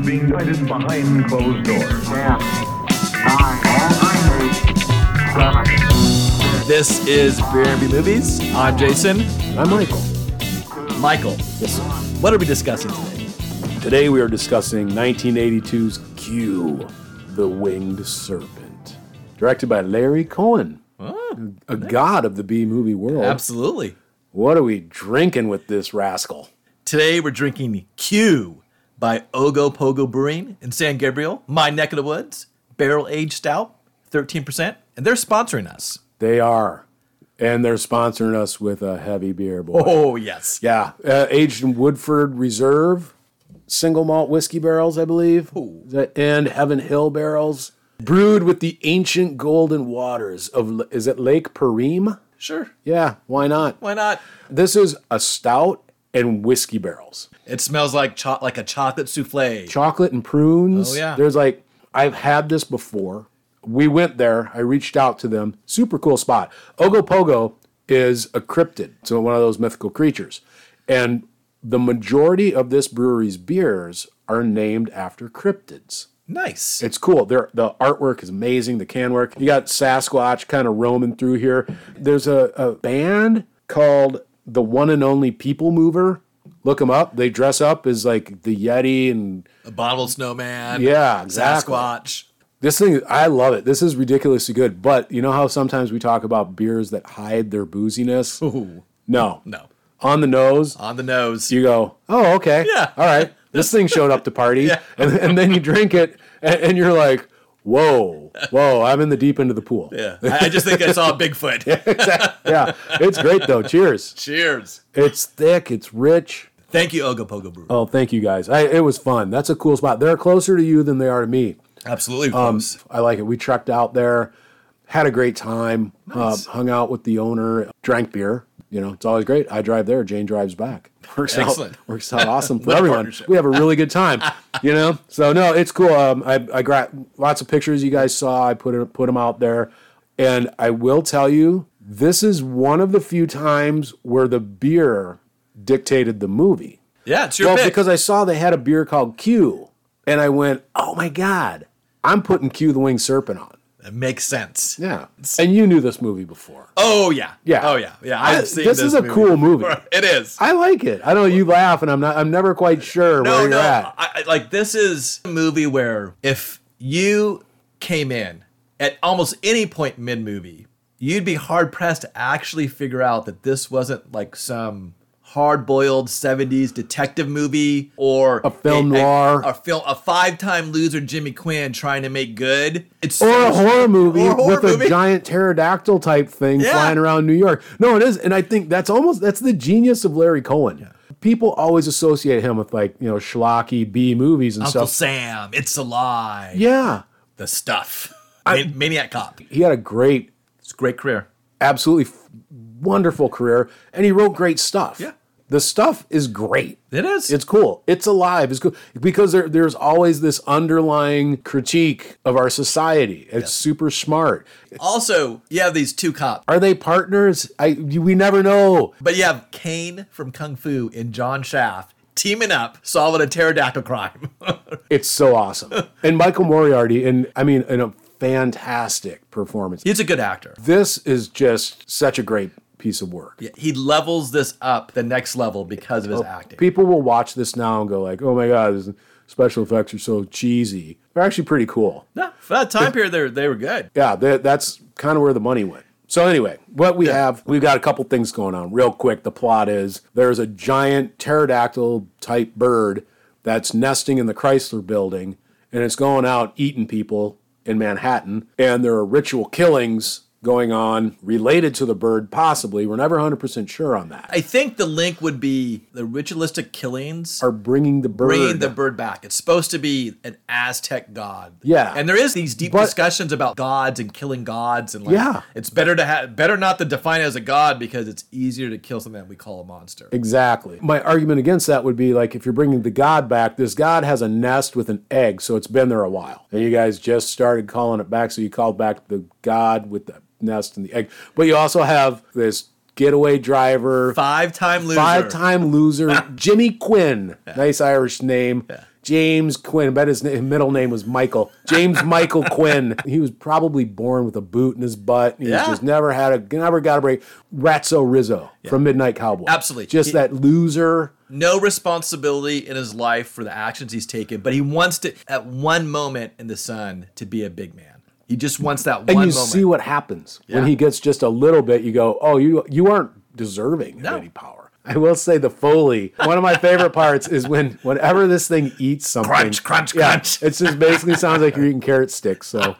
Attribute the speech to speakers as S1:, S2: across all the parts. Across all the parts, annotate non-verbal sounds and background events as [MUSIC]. S1: conducted behind closed doors.
S2: This is Beer and Beer Movies. I'm Jason.
S3: I'm Michael.
S2: Michael,
S3: Yes, sir.
S2: what are we discussing today?
S3: Today we are discussing 1982's Q, The Winged Serpent, directed by Larry Cohen, a god of the B movie world.
S2: Absolutely.
S3: What are we drinking with this rascal?
S2: Today we're drinking Q by Ogo Pogo Brewing in San Gabriel, my neck of the woods. Barrel aged stout, 13%, and they're sponsoring us.
S3: They are, and they're sponsoring us with a heavy beer, boy.
S2: Oh, yes.
S3: Yeah, uh, aged in Woodford Reserve, single malt whiskey barrels, I believe, Is that- and Heaven Hill barrels, brewed with the ancient golden waters of is it Lake Parim?
S2: Sure.
S3: Yeah, why not?
S2: Why not?
S3: This is a stout and whiskey barrels.
S2: It smells like cho- like a chocolate souffle.
S3: Chocolate and prunes.
S2: Oh, yeah.
S3: There's like, I've had this before. We went there. I reached out to them. Super cool spot. Ogopogo is a cryptid, so one of those mythical creatures. And the majority of this brewery's beers are named after cryptids.
S2: nice.
S3: It's cool. They're, the artwork is amazing. The can work. You got Sasquatch kind of roaming through here. There's a, a band called the One and Only People Mover. Look them up. They dress up as like the Yeti and
S2: a bottled snowman.
S3: yeah, exactly.
S2: Sasquatch.
S3: This thing, I love it. This is ridiculously good. But you know how sometimes we talk about beers that hide their booziness?
S2: Ooh.
S3: No,
S2: No.
S3: on the nose.
S2: On the nose.
S3: You go, oh okay,
S2: Yeah.
S3: all right. This thing showed up
S2: [LAUGHS]
S3: to party, and, and then you drink it, and, and you're like, whoa, whoa, I'm in the deep end of the pool.
S2: yeah. I, I just think I saw a [LAUGHS] Bigfoot.
S3: yeah, it's great though. Cheers.
S2: Cheers.
S3: It's thick. It's rich.
S2: Thank you, Ogopogo Brew.
S3: Oh, thank you guys. I, it was fun. That's a cool spot. They're closer to you than they are to me.
S2: Absolutely. close.
S3: I like it. We trekked out there, had a great time, uh, hung out with the owner, drank beer. You know, it's always great. I drive there, Jane drives back. [LAUGHS] Works
S2: Excellent.
S3: out, works
S2: [LAUGHS]
S3: out awesome for
S2: What a
S3: everyone.
S2: partnership.
S3: We have a really good time,
S2: [LAUGHS]
S3: you know. So no, it's cool. Um, I I got lots of pictures you guys saw. I put it, put them out there, and I will tell you, this is one of the few times where the beer dictated the movie.
S2: yeah, it's your
S3: Well,
S2: pick.
S3: because I saw they had a beer called Q, and I went, "Oh my god, I'm putting Q the Winged Serpent on."
S2: That makes sense.
S3: Yeah, and you knew this movie before.
S2: Oh yeah.
S3: Yeah.
S2: Oh yeah. Yeah. I've
S3: I-
S2: seen
S3: this
S2: this.
S3: is a cool movie.
S2: [LAUGHS] It is.
S3: I like it. I know you laugh, and I'm not. I'm never quite sure where
S2: no,
S3: you're
S2: no. I,
S3: at.
S2: I- like this is a movie where if you came in at almost any point mid movie, you'd be hard pressed to actually figure out that this wasn't like some hard boiled '70s detective movie or a
S3: film
S2: a,
S3: noir.
S2: a film, a five time loser Jimmy Quinn trying to make good. It's
S3: Or a horror movie
S2: Or a horror
S3: with
S2: movie.
S3: a giant pterodactyl type thing
S2: Yeah.
S3: flying around New York. No, it is, and I think that's almost that's the genius of Larry Cohen. People always associate him with like you know schlocky B movies and
S2: Uncle
S3: stuff.
S2: Sam, it's a lie.
S3: Yeah,
S2: The stuff. Man- Maniac Cop.
S3: he had a great
S2: It's a great career.
S3: absolutely f- wonderful career, and he wrote great stuff.
S2: Yeah.
S3: the stuff is great.
S2: It is.
S3: It's cool. It's alive. It's cool because there, there's always this underlying critique of our society. It's super smart.
S2: also, you have these two cops,
S3: Are they partners? I you- we never know.
S2: but you have Kane from Kung Fu and John Shaft teaming up, solving a pterodactyl crime. [LAUGHS]
S3: It's so awesome. and Michael Moriarty, and I mean, in a fantastic performance.
S2: He's a good actor.
S3: This is just such a great piece of work.
S2: He levels this up the next level because of his acting.
S3: People will watch this now and go like, "Oh my god, these special effects are so cheesy." They're actually pretty cool.
S2: No, for that time period, they were, they were good.
S3: yeah, that, that's kind of where the money went. So anyway, what we have, we've got a couple things going on. Real quick, the plot is there's a giant pterodactyl type bird that's nesting in the Chrysler building, and it's going out eating people in Manhattan, and there are ritual killings going on related to the bird. Possibly, we're never 100 percent sure on that.
S2: I think the link would be the ritualistic killings.
S3: Are bringing the bird?
S2: Bringing the bird back. It's supposed to be an Aztec god.
S3: Yeah.
S2: and there is these deep
S3: But-
S2: discussions about gods and killing gods, and like,
S3: Yeah.
S2: it's better to have better not to define it as a god because it's easier to kill something that we call a monster.
S3: Exactly. My argument against that would be like if you're bringing the god back, this god has a nest with an egg, so it's been there a while. And you guys just started calling it back, so you called back the god with the nest and the egg. But you also have this getaway driver,
S2: Five time loser. [LAUGHS]
S3: five time loser, Jimmy Quinn, nice Irish name, James Quinn. I bet his, na- his middle name was Michael.
S2: [LAUGHS]
S3: James Michael Quinn. He was probably born with a boot in his butt. He
S2: Yeah.
S3: was just never had a never got a break. Ratso Rizzo from Midnight Cowboy.
S2: Absolutely.
S3: Just
S2: He-
S3: that loser.
S2: no responsibility in his life for the actions he's taken, but he wants to, at one moment in the sun, to be a big man. He just wants that
S3: And
S2: one
S3: you
S2: moment.
S3: see what happens
S2: Yeah.
S3: when he gets just a little bit. You go, oh, you you aren't deserving
S2: No.
S3: of any power. I will say the Foley. One of my favorite parts is when whenever this thing eats something,
S2: Crunch, crunch, crunch.
S3: It just basically sounds like you're eating carrot sticks. So.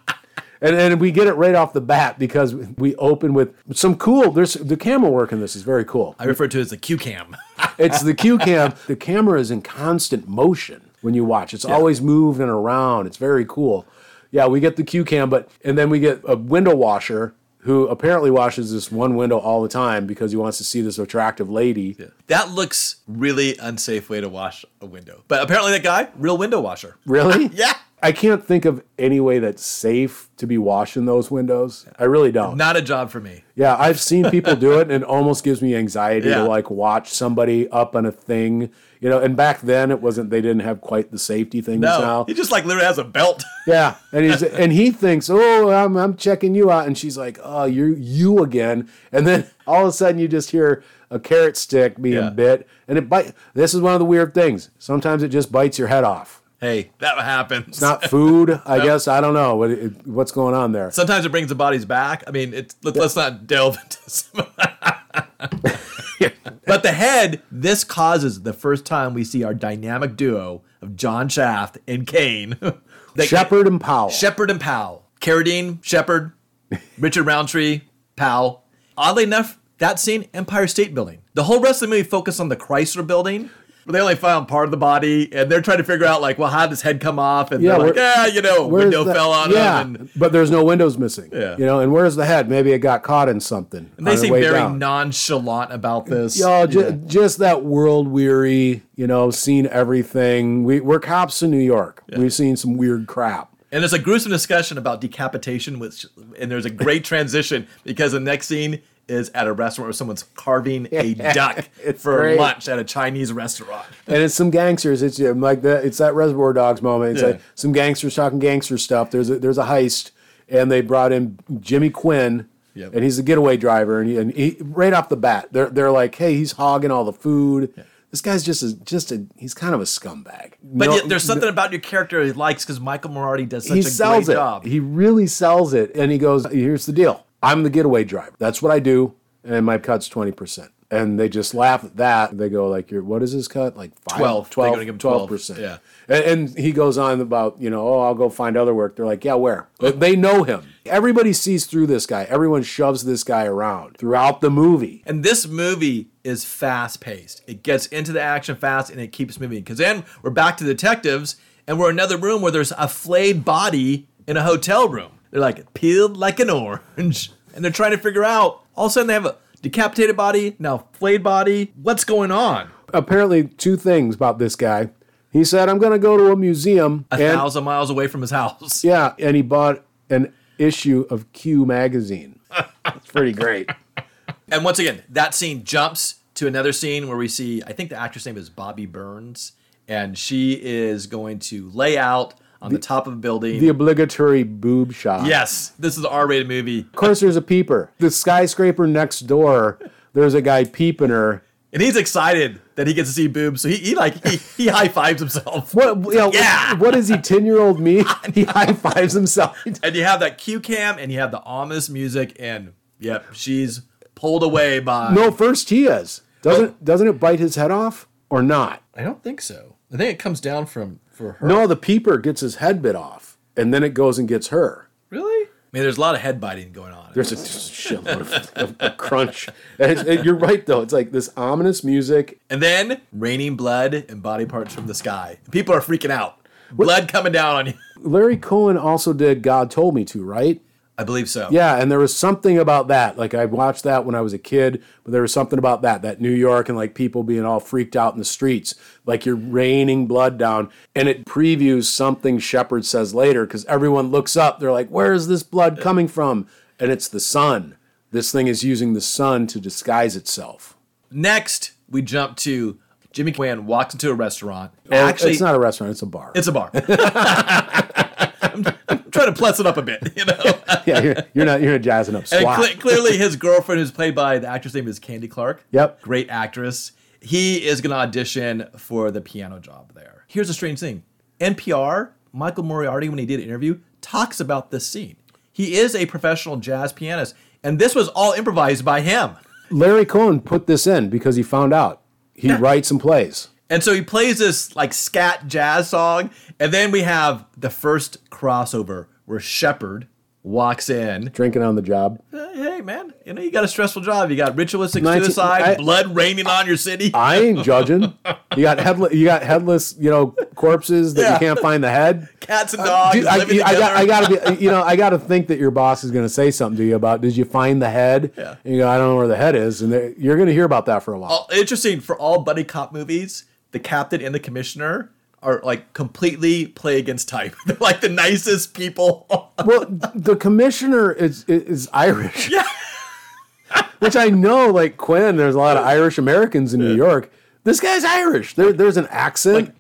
S3: And, and we get it right off the bat because we open with some cool. There's the camera work in this is very cool.
S2: I refer to it as the Q cam.
S3: It's the cue cam. The camera is in constant motion when you watch. It's always moving around. It's very cool. Yeah, we get the cue cam, but and then we get a window washer who apparently washes this one window all the time because he wants to see this attractive lady.
S2: [LAUGHS] that looks really unsafe way to wash a window. But apparently that guy, real window washer.
S3: Really?
S2: [LAUGHS] Yeah.
S3: I can't think of any way that's safe to be washing those windows. I really don't.
S2: Not a job for me.
S3: Yeah,
S2: [LAUGHS]
S3: I've seen people do it, and it almost gives me anxiety
S2: Yeah.
S3: to like watch somebody up on a thing, you know. And back then, it wasn't; they didn't have quite the safety things
S2: No.
S3: now.
S2: He just like literally has a belt.
S3: Yeah, and he's and he thinks, "Oh, I'm I'm checking you out," and she's like, "Oh, you you again." And then all of a sudden, you just hear a carrot stick being
S2: Yeah.
S3: bit, and it bite. This is one of the weird things. Sometimes it just bites your head off.
S2: hey, [LAUGHS] that happens.
S3: It's
S2: [LAUGHS]
S3: not food, I guess. I don't know what it, what's going on there.
S2: Sometimes it brings the bodies back. I mean, it's, let, let's not delve [LAUGHS] into some.
S3: [LAUGHS]
S2: but the head, this causes the first time we see our dynamic duo of John Shaft and Kane. [LAUGHS] They-
S3: Shepherd and Powell.
S2: Shepard and Powell. Carradine, Shepard, Richard Roundtree, Powell. Oddly enough, that scene, Empire State Building. The whole rest of the movie focused on the Chrysler Building. But they only found part of the body, and they're trying to figure out like, well, how did his head come off? And
S3: Yeah,
S2: they're like,
S3: where-
S2: yeah, you know,
S3: Where's
S2: window
S3: the-
S2: fell on
S3: yeah,
S2: him. And,
S3: but there's no windows missing.
S2: Yeah.
S3: you know. And where's the head? Maybe it got caught in something.
S2: And they
S3: on the
S2: seem
S3: way
S2: very
S3: down.
S2: nonchalant about this.
S3: Y'all, ju- just that world weary, you know, seen everything. We, we're cops in New York. We've seen some weird crap.
S2: And there's a gruesome discussion about decapitation, which and there's a great transition [LAUGHS] because the next scene is at a restaurant where someone's carving
S3: [LAUGHS]
S2: a duck
S3: It's
S2: for
S3: great.
S2: lunch at a Chinese restaurant.
S3: And it's some gangsters. It's um, like that. It's that Reservoir Dogs moment. It's
S2: Yeah.
S3: like some gangsters talking gangster stuff. There's a, there's a heist, and they brought in Jimmy Quinn,
S2: Yep.
S3: and he's a getaway driver. And, he, and he, right off the bat, they're they're like, hey, he's hogging all the food. This guy's just a, just a he's kind of a scumbag.
S2: But yet there's something about your character he likes because Michael Moriarty does such
S3: he
S2: a
S3: sells
S2: great
S3: it.
S2: job.
S3: He really sells it. And he goes, Here's the deal. I'm the getaway driver. That's what I do. And my cut's 20%. And they just laugh at that. They go, like, "Your what is his cut? Like five,
S2: 12. They're
S3: 12,
S2: gonna give him 12,
S3: 12, percent
S2: yeah.
S3: And, and he goes on about, you know, oh, I'll go find other work. They're like, yeah, where? But They know him. Everybody sees through this guy. Everyone shoves this guy around throughout the movie.
S2: and this movie is fast paced. It gets into the action fast and it keeps moving. Because then we're back to detectives and we're in another room where there's a flayed body in a hotel room. They're like peeled like an orange. [LAUGHS] And they're trying to figure out. All of a sudden they have a decapitated body, now flayed body. What's going on?
S3: Apparently, two things about this guy. He said, I'm going to go to a museum.
S2: A
S3: and
S2: thousand miles away from his house.
S3: Yeah, and he bought an issue of Q magazine. It's pretty great.
S2: And once again, that scene jumps to another scene where we see, I think the actress' name is Bobby Burns, and she is going to lay out on the, top of a building.
S3: [LAUGHS] The obligatory boob shot.
S2: yes, this is an R rated movie.
S3: Of course, there's a peeper. The skyscraper next door, there's a guy peeping her.
S2: And he's excited that he gets to see boobs, so he, he like he, he [LAUGHS] high fives himself.
S3: What? You know,
S2: Yeah.
S3: What is he? Ten year old [LAUGHS] me? He high fives himself.
S2: And you have that cue cam and you have the ominous music, and yep, she's pulled away by
S3: No, first he is. Doesn't doesn't it bite his head off or not?
S2: I don't think so. I think it comes down from for her.
S3: No, the peeper gets his head bit off, and then it goes and gets her.
S2: Really? I mean, there's a lot of head biting going on.
S3: There's a [LAUGHS] shitload of, of, of crunch. And it's- and you're right though. It's like this ominous music
S2: And then raining blood and body parts from the sky. People are freaking out. Blood coming down on you.
S3: Larry Cohen also did God Told Me To, right?
S2: I believe so.
S3: Yeah, and there was something about that. Like I watched that when I was a kid, but there was something about that, that New York and like people being all freaked out in the streets, like you're raining blood down, and it previews something Shepard says later because everyone looks up, they're like, "Where is this blood coming from?" And it's the sun. This thing is using the sun to disguise itself.
S2: Next, we jump to Jimmy Wan walks into a restaurant.
S3: Well,
S2: Actually,
S3: it's not a restaurant; it's a bar.
S2: it's a bar. [LAUGHS] I'm, I'm trying to plus it up a bit, you know.
S3: [LAUGHS] yeah, you're, you're not you're not jazzing up
S2: [LAUGHS] And
S3: squat.
S2: cle- clearly, his girlfriend, who's played by the actress' name is Candy Clark.
S3: Yep.
S2: Great actress. He is going to audition for the piano job there. Here's a strange thing NPR, Michael Moriarty, when he did an interview, talks about this scene. He is a professional jazz pianist, and this was all improvised by him.
S3: Larry Cohen put this in because he found out he writes and plays.
S2: And so he plays this like scat jazz song, and then we have the first crossover where Shepard walks in
S3: Drinking on the job.
S2: hey man, you know you got a stressful job. You got ritualistic
S3: 19
S2: suicide,
S3: I- Uh,
S2: blood raining on your city.
S3: I ain't judging. You got headless, you got headless, you know, corpses that
S2: Yeah.
S3: you can't find the head.
S2: Cats and dogs
S3: uh, Dude, I,
S2: living
S3: I,
S2: together.
S3: got, I gotta be, you know, I gotta think that your boss is gonna say something to you about. Did you find the head?
S2: Yeah.
S3: And you go, I don't know where the head is, and they- you're gonna hear about that for a while.
S2: All- Interesting for all buddy cop movies, the captain and the commissioner are like completely play against type. [LAUGHS] They're like the nicest people. [LAUGHS]
S3: Well, the commissioner is is Irish.
S2: Oh. Yeah.
S3: [LAUGHS] Which I know, like Quinn, there's a lot of Irish Americans in New York. This guy's Irish. There, there's an accent.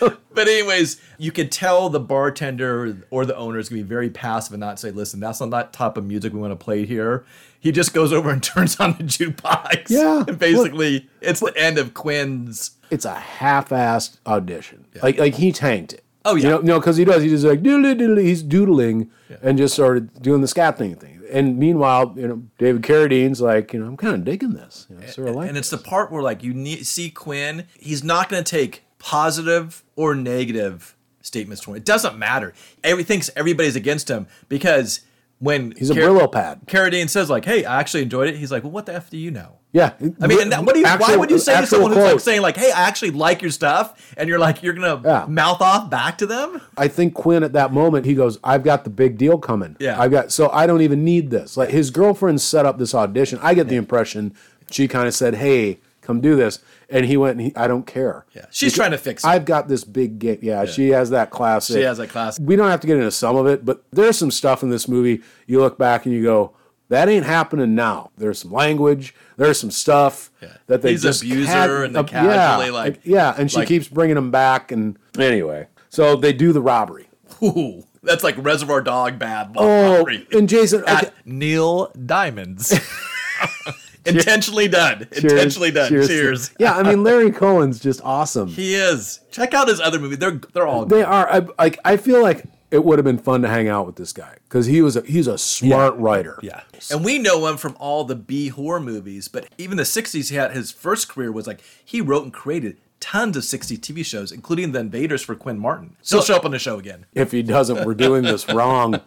S2: but anyways, you can tell the bartender or the owner is gonna be very passive and not say, "Listen, that's not that type of music we want to play here." He just goes over and [LAUGHS] turns on the jukebox.
S3: Yeah.
S2: and basically, it's the end of Quinn's.
S3: it's a half-assed audition. Like like he tanked it.
S2: Oh, yeah.
S3: You know, no, because he does. He just like doodly doodly. He's doodling and just started doing the scatting thing. And meanwhile, you know, David Carradine's like, you know, I'm kind of digging this. You know, sort of like.
S2: and it's the
S3: this.
S2: part where like you need, see Quinn, he's not going to take positive or negative statements to him. It doesn't matter. Every thinks everybody's against him because when
S3: he's a Brillo pad.
S2: Carradine says like, "Hey, I actually enjoyed it." He's like, "Well, what the f do you know?"
S3: Yeah.
S2: I mean, and that, what do you? why
S3: Actual-
S2: would you say to
S3: actual
S2: someone who's like
S3: quote.
S2: saying like, "Hey, I actually like your stuff," and you're like, you're gonna
S3: Yeah.
S2: mouth off back to them?
S3: I think Quinn at that moment he goes, "I've got the big deal coming.
S2: Yeah.
S3: I've got so I don't even need this." Like his girlfriend set up this audition. I get the impression she kind of said, "Hey, come do this," and he went, and he, "I don't care."
S2: Yeah, she's trying to fix it.
S3: I've got this big game. Yeah, she has that classic.
S2: She has that classic.
S3: We don't have to get into some of it, but there's some stuff in this movie. You look back and you go, "That ain't happening now." There's some language. There's some stuff that they
S2: He's
S3: just
S2: abuser
S3: had-
S2: and the
S3: uh,
S2: casually,
S3: yeah,
S2: like-
S3: yeah, and she
S2: like-
S3: keeps bringing him back. And anyway, so they do the robbery.
S2: Ooh, that's like Reservoir Dog bad.
S3: Oh,
S2: robbery.
S3: and Jason, okay.
S2: at Neil Diamonds. [LAUGHS] Intentionally done. Intentionally done. Cheers.
S3: Yeah, I mean Larry Cohen's just awesome.
S2: He is. Check out his other movie. They're they're all
S3: they are I, like I feel like it would have been fun to hang out with this guy because he was a, he's a smart writer.
S2: yeah. And we know him from all the B horror movies, but even the 60s he had his first career was like he wrote and created tons of 60s TV shows including The Invaders for Quinn Martin. So he'll show up on the show again.
S3: If he doesn't, we're doing this wrong.
S2: [LAUGHS]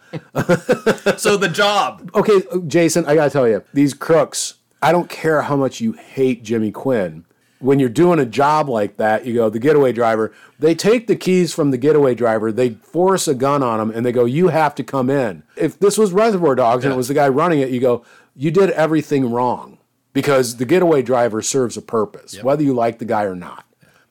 S2: So the [LAUGHS] job.
S3: Okay, Jason, I gotta tell you, these crooks. I don't care how much you hate Jimmy Quinn. When you're doing a job like that, you go the getaway driver. They take the keys from the getaway driver. They force a gun on him, and they go, "You have to come in." If this was Reservoir Dogs and it was the guy running it, you go, "You did everything wrong." Because the getaway driver serves a purpose, whether you like the guy or not.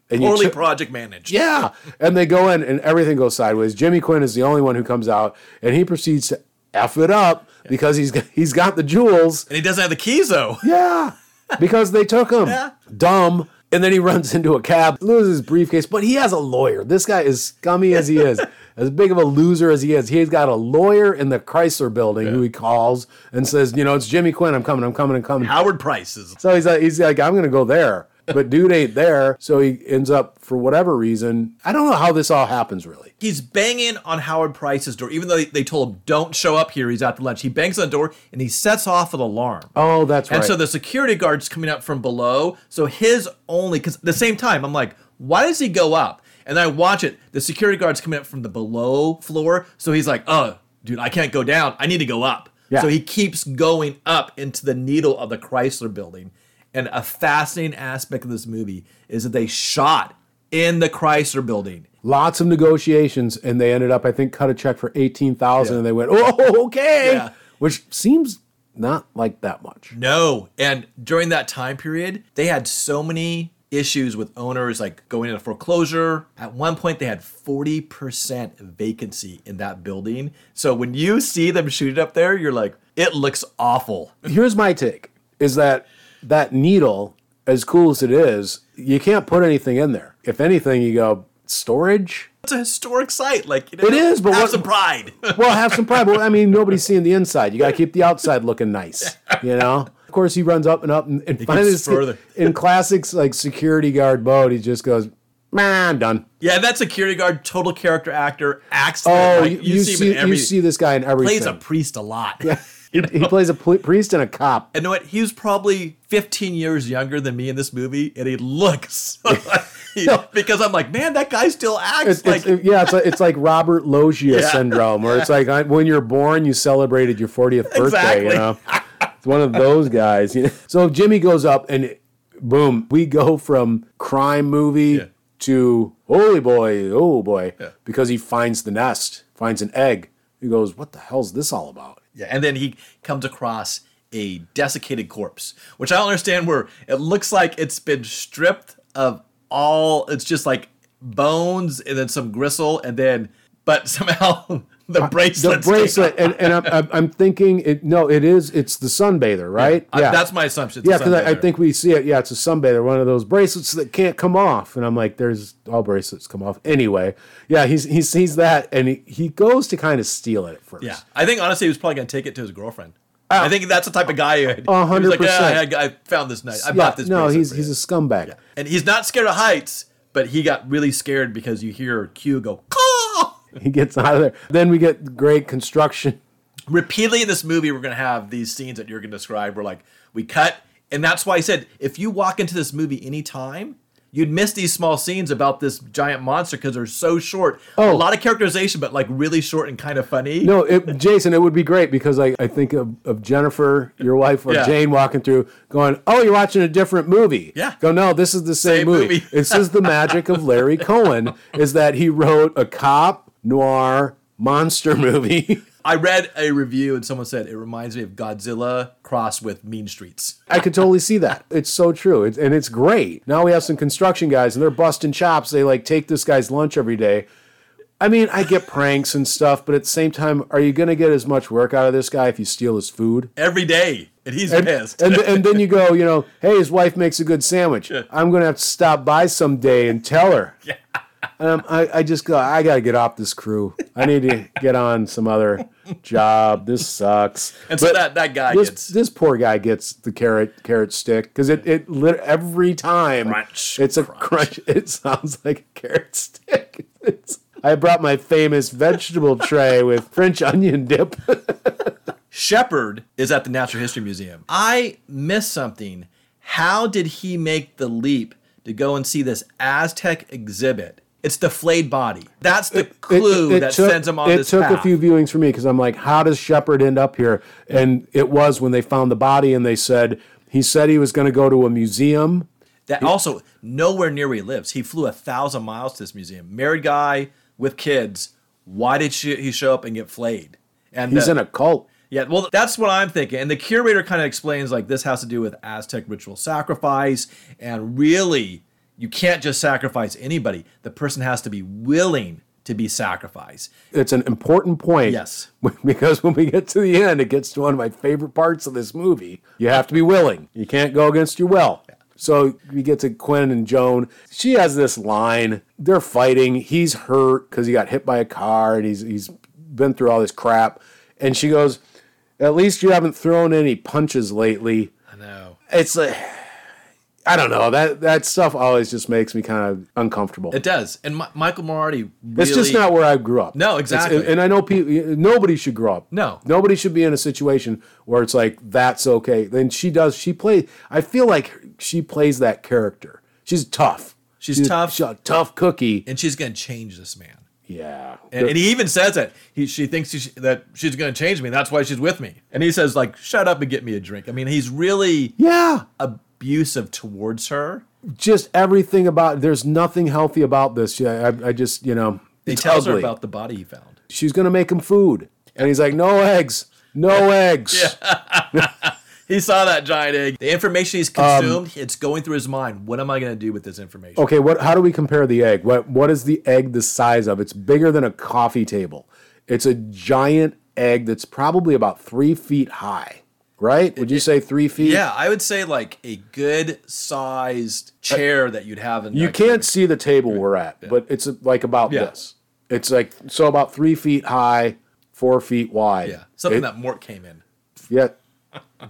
S3: And you
S2: Poorly
S3: took-
S2: project managed.
S3: Yeah. And they go in and everything goes sideways. Jimmy Quinn is the only one who comes out and he proceeds to F it up because he's he's got the jewels.
S2: And he doesn't have the keys though. [LAUGHS]
S3: Yeah. Because they took him.
S2: Yeah.
S3: Dumb. And then he runs into a cab, loses his briefcase, but he has a lawyer. This guy is scummy as he [LAUGHS] is, as big of a loser as he is. He's got a lawyer in the Chrysler building who he calls and says, You know, it's Jimmy Quinn. I'm coming. I'm coming. I'm coming.
S2: Howard Price is
S3: So he's like, he's like, I'm gonna go there, but dude ain't there. So he ends up for whatever reason. I don't know how this all happens really.
S2: he's banging on Howard Price's door, even though they, they told him, don't show up here, he's out to lunch. He bangs on the door and he sets off an alarm.
S3: Oh, that's right.
S2: And so the security guard's coming up from below. So his only, because at the same time, I'm like, why does he go up? And I watch it. The security guard's coming up from the below floor. So he's like, oh, dude, I can't go down. I need to go up.
S3: Yeah.
S2: So he keeps going up into the needle of the Chrysler building. And a fascinating aspect of this movie is that they shot in the Chrysler building.
S3: lots of negotiations, and they ended up, I think, cut a check for eighteen thousand,
S2: Yeah.
S3: and they went, oh, okay,
S2: Yeah.
S3: which seems not like that much.
S2: No. And during that time period, they had so many issues with owners like going into foreclosure. At one point, they had 40% vacancy in that building. So when you see them shoot it up there, you're like, it looks awful. [LAUGHS]
S3: Here's my take: is that that needle as cool as it is, you can't put anything in there. If anything, you go storage.
S2: It's a historic site. Like you know,
S3: It is, but
S2: have
S3: what-
S2: some pride. [LAUGHS]
S3: Well, have some pride. But I mean, nobody's seeing the inside. You got to keep the outside looking nice. You know. Of course, he runs up and up and, and finally,
S2: gets further.
S3: in classics like security guard mode, he just goes, "Man, I'm done."
S2: yeah, that security guard, total character actor, acts.
S3: Oh,
S2: like,
S3: you, you see,
S2: him in every.
S3: you see this guy in everything.
S2: plays a priest a [LAUGHS] lot.
S3: he, he plays a pl- priest and a cop.
S2: And you know what? He was probably 15 years younger than me in this movie, and he looks [LAUGHS]
S3: [LAUGHS]
S2: he- because I'm like, man, that guy still acts
S3: It's,
S2: like.
S3: it's- yeah, it's like, it's like Robert Loggia
S2: Yeah.
S3: syndrome, where it's like I, when you're born, you celebrated your 40th birthday.
S2: Exactly.
S3: You know, it's one of those guys. You know? So Jimmy goes up, and boom, we go from crime movie
S2: Yeah.
S3: to holy boy, oh boy, because he finds the nest, finds an egg. He goes, "What the hell's this all about?"
S2: Yeah, and then he comes across a desiccated corpse, which I don't understand. Where it looks like it's been stripped of all, it's just like bones and then some gristle, and then but somehow [LAUGHS] the
S3: Uh, The
S2: bracelet.
S3: bracelet, and, and I'm, I'm- I'm thinking, it, no, it is, it's the sunbather, right?
S2: Uh, that's my assumption.
S3: Yeah, because I, I
S2: Sunbather.
S3: think we see it. Yeah, it's a sunbather, one of those bracelets that can't come off. And I'm like, there's all bracelets come off anyway. Yeah, he's, he sees that and he, he goes to kind of steal it at first.
S2: Yeah, I think honestly, he was probably gonna take it to his girlfriend.
S3: Oh.
S2: I think that's the type of guy. who had- he was like,
S3: 100%.
S2: "Yeah, I had- I found this night. I
S3: Yeah,
S2: bought this.
S3: no,
S2: bracelet
S3: he's
S2: for
S3: he's
S2: you."
S3: a scumbag.
S2: and he's not scared of heights, but he got really scared because you hear Q go caw.
S3: He gets out of there. Then we get great construction.
S2: Repeatedly in this movie, we're gonna have these scenes that you're gonna describe. Where like we cut, and that's why I said if you walk into this movie anytime. You'd miss these small scenes about this giant monster because they're so short. A
S3: Oh.
S2: lot of characterization, but like really short and kind of funny.
S3: No, it, Jason, it would be great because I, I think of, of Jennifer, your wife, or
S2: Yeah.
S3: Jane walking through, going, "Oh, you're watching a different movie."
S2: Yeah.
S3: Go, no, this is the same,
S2: Same
S3: movie.
S2: movie."
S3: this is the magic of
S2: [LAUGHS]
S3: Larry Cohen is that he wrote a cop noir monster movie. [LAUGHS]
S2: I read a review and someone said it reminds me of Godzilla crossed with Mean Streets.
S3: I could totally see that. It's so true. It's, and it's great. Now we have some construction guys and they're busting chops. They like take this guy's lunch every day. I mean, I get pranks and stuff, but at the same time, are you going to get as much work out of this guy if you steal his food?
S2: every day, and he's
S3: and,
S2: pissed. [LAUGHS]
S3: and, and then you go, you know, hey, his wife makes a good sandwich. I'm going to have to stop by someday and tell her. And I'm- I, I just go, I got to get off this crew. I need to get on some other job. This sucks.
S2: and so
S3: But
S2: that that guy
S3: this,
S2: gets
S3: this poor guy gets the carrot carrot stick because it, it lit, every time
S2: Crunch,
S3: it's a crunch. [LAUGHS] It sounds like a carrot stick. [LAUGHS] It's- I brought my famous vegetable tray with French onion dip.
S2: Shepard is at the Natural History Museum. I missed something. How did he make the leap to go and see this Aztec exhibit? It's the flayed body. That's the clue that
S3: took-
S2: sends him on
S3: it
S2: this
S3: took a
S2: path.
S3: few viewings for me because i'm like how does shepard end up here and it was when they found the body and they said he said he was going to go to a museum
S2: That also nowhere near where he lives. He flew a thousand miles to this museum. Married guy with kids. Why did she, he show up and get flayed? And
S3: he's
S2: the-
S3: in a cult
S2: Yeah, well, that's what I'm thinking. And the curator kind of explains like this has to do with Aztec ritual sacrifice. And really, you can't just sacrifice anybody, the person has to be willing to be sacrificed.
S3: it's an important point
S2: Yes.
S3: [LAUGHS] because when we get to the end it gets to one of my favorite parts of this movie you have to be willing you can't go against your will so we get to Quinn and Joan. She has this line. They're fighting. He's hurt because he got hit by a car and he's he's been through all this crap. And she goes, At least you haven't thrown any punches lately.
S2: I know.
S3: It's like I don't know. That that stuff always just makes me kind of uncomfortable.
S2: It does. And Mi- Michael Moriarty really
S3: it's just not where I grew up.
S2: No,
S3: It's-
S2: exactly.
S3: and I know people. Nobody should grow up.
S2: No.
S3: nobody should be in a situation where it's like that's okay. Then she does. She plays. I feel like she plays that character. She's tough.
S2: She's tough.
S3: She's a tough cookie.
S2: and she's going to change this man.
S3: Yeah.
S2: And, and he even says it. He, she thinks he sh- that she's going to change me. That's why she's with me. And he says like, "Shut up and get me a drink." I mean, he's really
S3: yeah.
S2: abusive towards her.
S3: Just everything about. There's nothing healthy about this. Yeah. I, I just you know.
S2: He
S3: it's
S2: tells her
S3: ugly.
S2: about the body he found.
S3: she's gonna make him food. And he's like, no eggs, no eggs.
S2: He saw that giant egg. The information
S3: Um,
S2: he's consumed, it's going through his mind. What am I going to do with this information?
S3: Okay, what? How do we compare the egg? What What is the egg the size of? It's bigger than a coffee table. It's a giant egg that's probably about three feet high. right? Would you say three feet?
S2: Yeah, I would say like a good sized chair that you'd have in.
S3: Uh, You can't see the table we're at, but it's like about
S2: Yeah.
S3: this. It's like so about three feet high, four feet wide.
S2: Yeah, something
S3: It-
S2: that Mort came in.
S3: Yeah.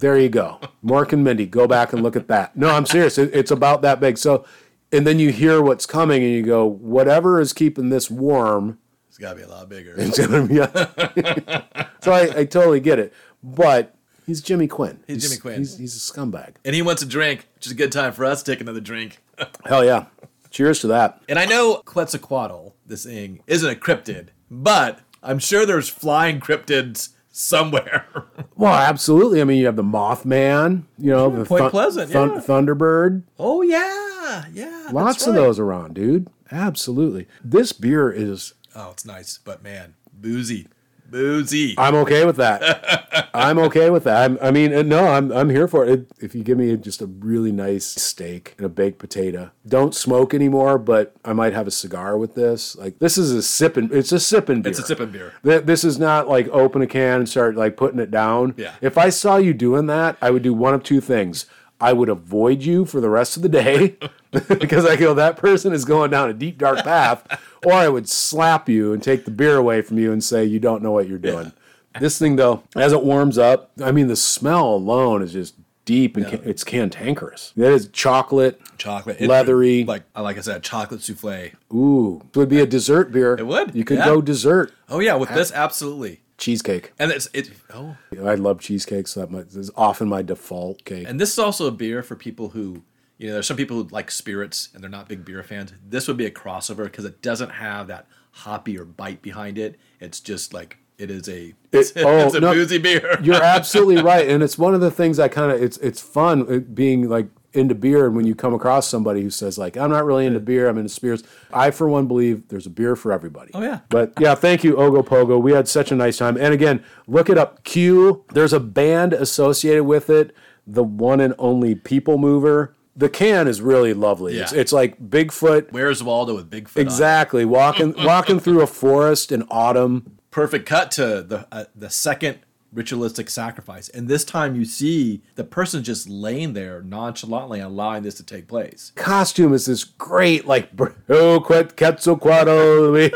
S3: There you go. Mark and Mindy, go back and look at that. No, I'm serious. It, it's about that big. So, and then you hear what's coming and you go, whatever is keeping this warm
S2: It's got to be a lot bigger.
S3: is going to be.
S2: [LAUGHS]
S3: so I, I totally get it. But he's Jimmy Quinn.
S2: He's Jimmy Quinn.
S3: He's, he's a scumbag.
S2: and he wants a drink, which is a good time for us to take another drink.
S3: Hell yeah. Cheers to that.
S2: And I know Quetzalcoatl, this thing, isn't a cryptid, but I'm sure there's flying cryptids somewhere. [LAUGHS]
S3: Well, absolutely. I mean, you have the Mothman, you know, the
S2: Point Pleasant, yeah.
S3: Thunderbird.
S2: oh yeah, yeah.
S3: Lots of those around, dude. Absolutely. This beer is
S2: Oh, it's nice, but man, boozy, boozy.
S3: [LAUGHS] I'm okay with that. I'm okay with that. I'm, I mean, uh, no, I'm I'm here for it. If you give me just a really nice steak and a baked potato, don't smoke anymore. But I might have a cigar with this. Like this is a sipping. It's a sipping beer.
S2: It's a sipping beer.
S3: Th- This is not like open a can and start like putting it down.
S2: Yeah.
S3: If I saw you doing that, I would do one of two things. I would avoid you for the rest of the day [LAUGHS] because I go, that person is going down a deep, dark path. Or I would slap you and take the beer away from you and say, you don't know what you're doing. This thing, though, as it warms up, I mean, the smell alone is just deep and can- it's cantankerous. That is chocolate.
S2: Chocolate,
S3: Leathery.
S2: like like I said, chocolate souffle.
S3: Ooh, it would be a dessert beer. It
S2: would,
S3: You could
S2: yeah.
S3: go dessert
S2: Oh yeah, with this absolutely.
S3: cheesecake.
S2: And it's it. Oh,
S3: I love cheesecakes that much. This is often my default cake.
S2: and this is also a beer for people who you know. There's some people who like spirits and they're not big beer fans. This would be a crossover because it doesn't have that hoppy or bite behind it. It's just like it is a [LAUGHS] it's,
S3: oh,
S2: a
S3: no.
S2: boozy
S3: [LAUGHS]
S2: beer.
S3: [LAUGHS] You're absolutely right, and it's one of the things I kind of it's it's fun uh, being like into beer, and when you come across somebody who says like I'm not really into beer, I'm into spirits. I for one believe there's a beer for everybody.
S2: Oh, yeah.
S3: But yeah, thank you Ogopogo. We had such a nice time, and again, look it up. Q. There's a band associated with it, the one and only People Mover. The can is really lovely. It's,
S2: Yeah.
S3: it's like Bigfoot.
S2: Where's Waldo with Bigfoot? on it?
S3: Exactly, walking walking through a forest in autumn.
S2: perfect cut to the uh, the second ritualistic sacrifice and this time you see the person just laying there nonchalantly allowing this to take place
S3: costume is this great, like, br- oh, Quet-
S2: [LAUGHS]
S3: Quetzalcoatl, we,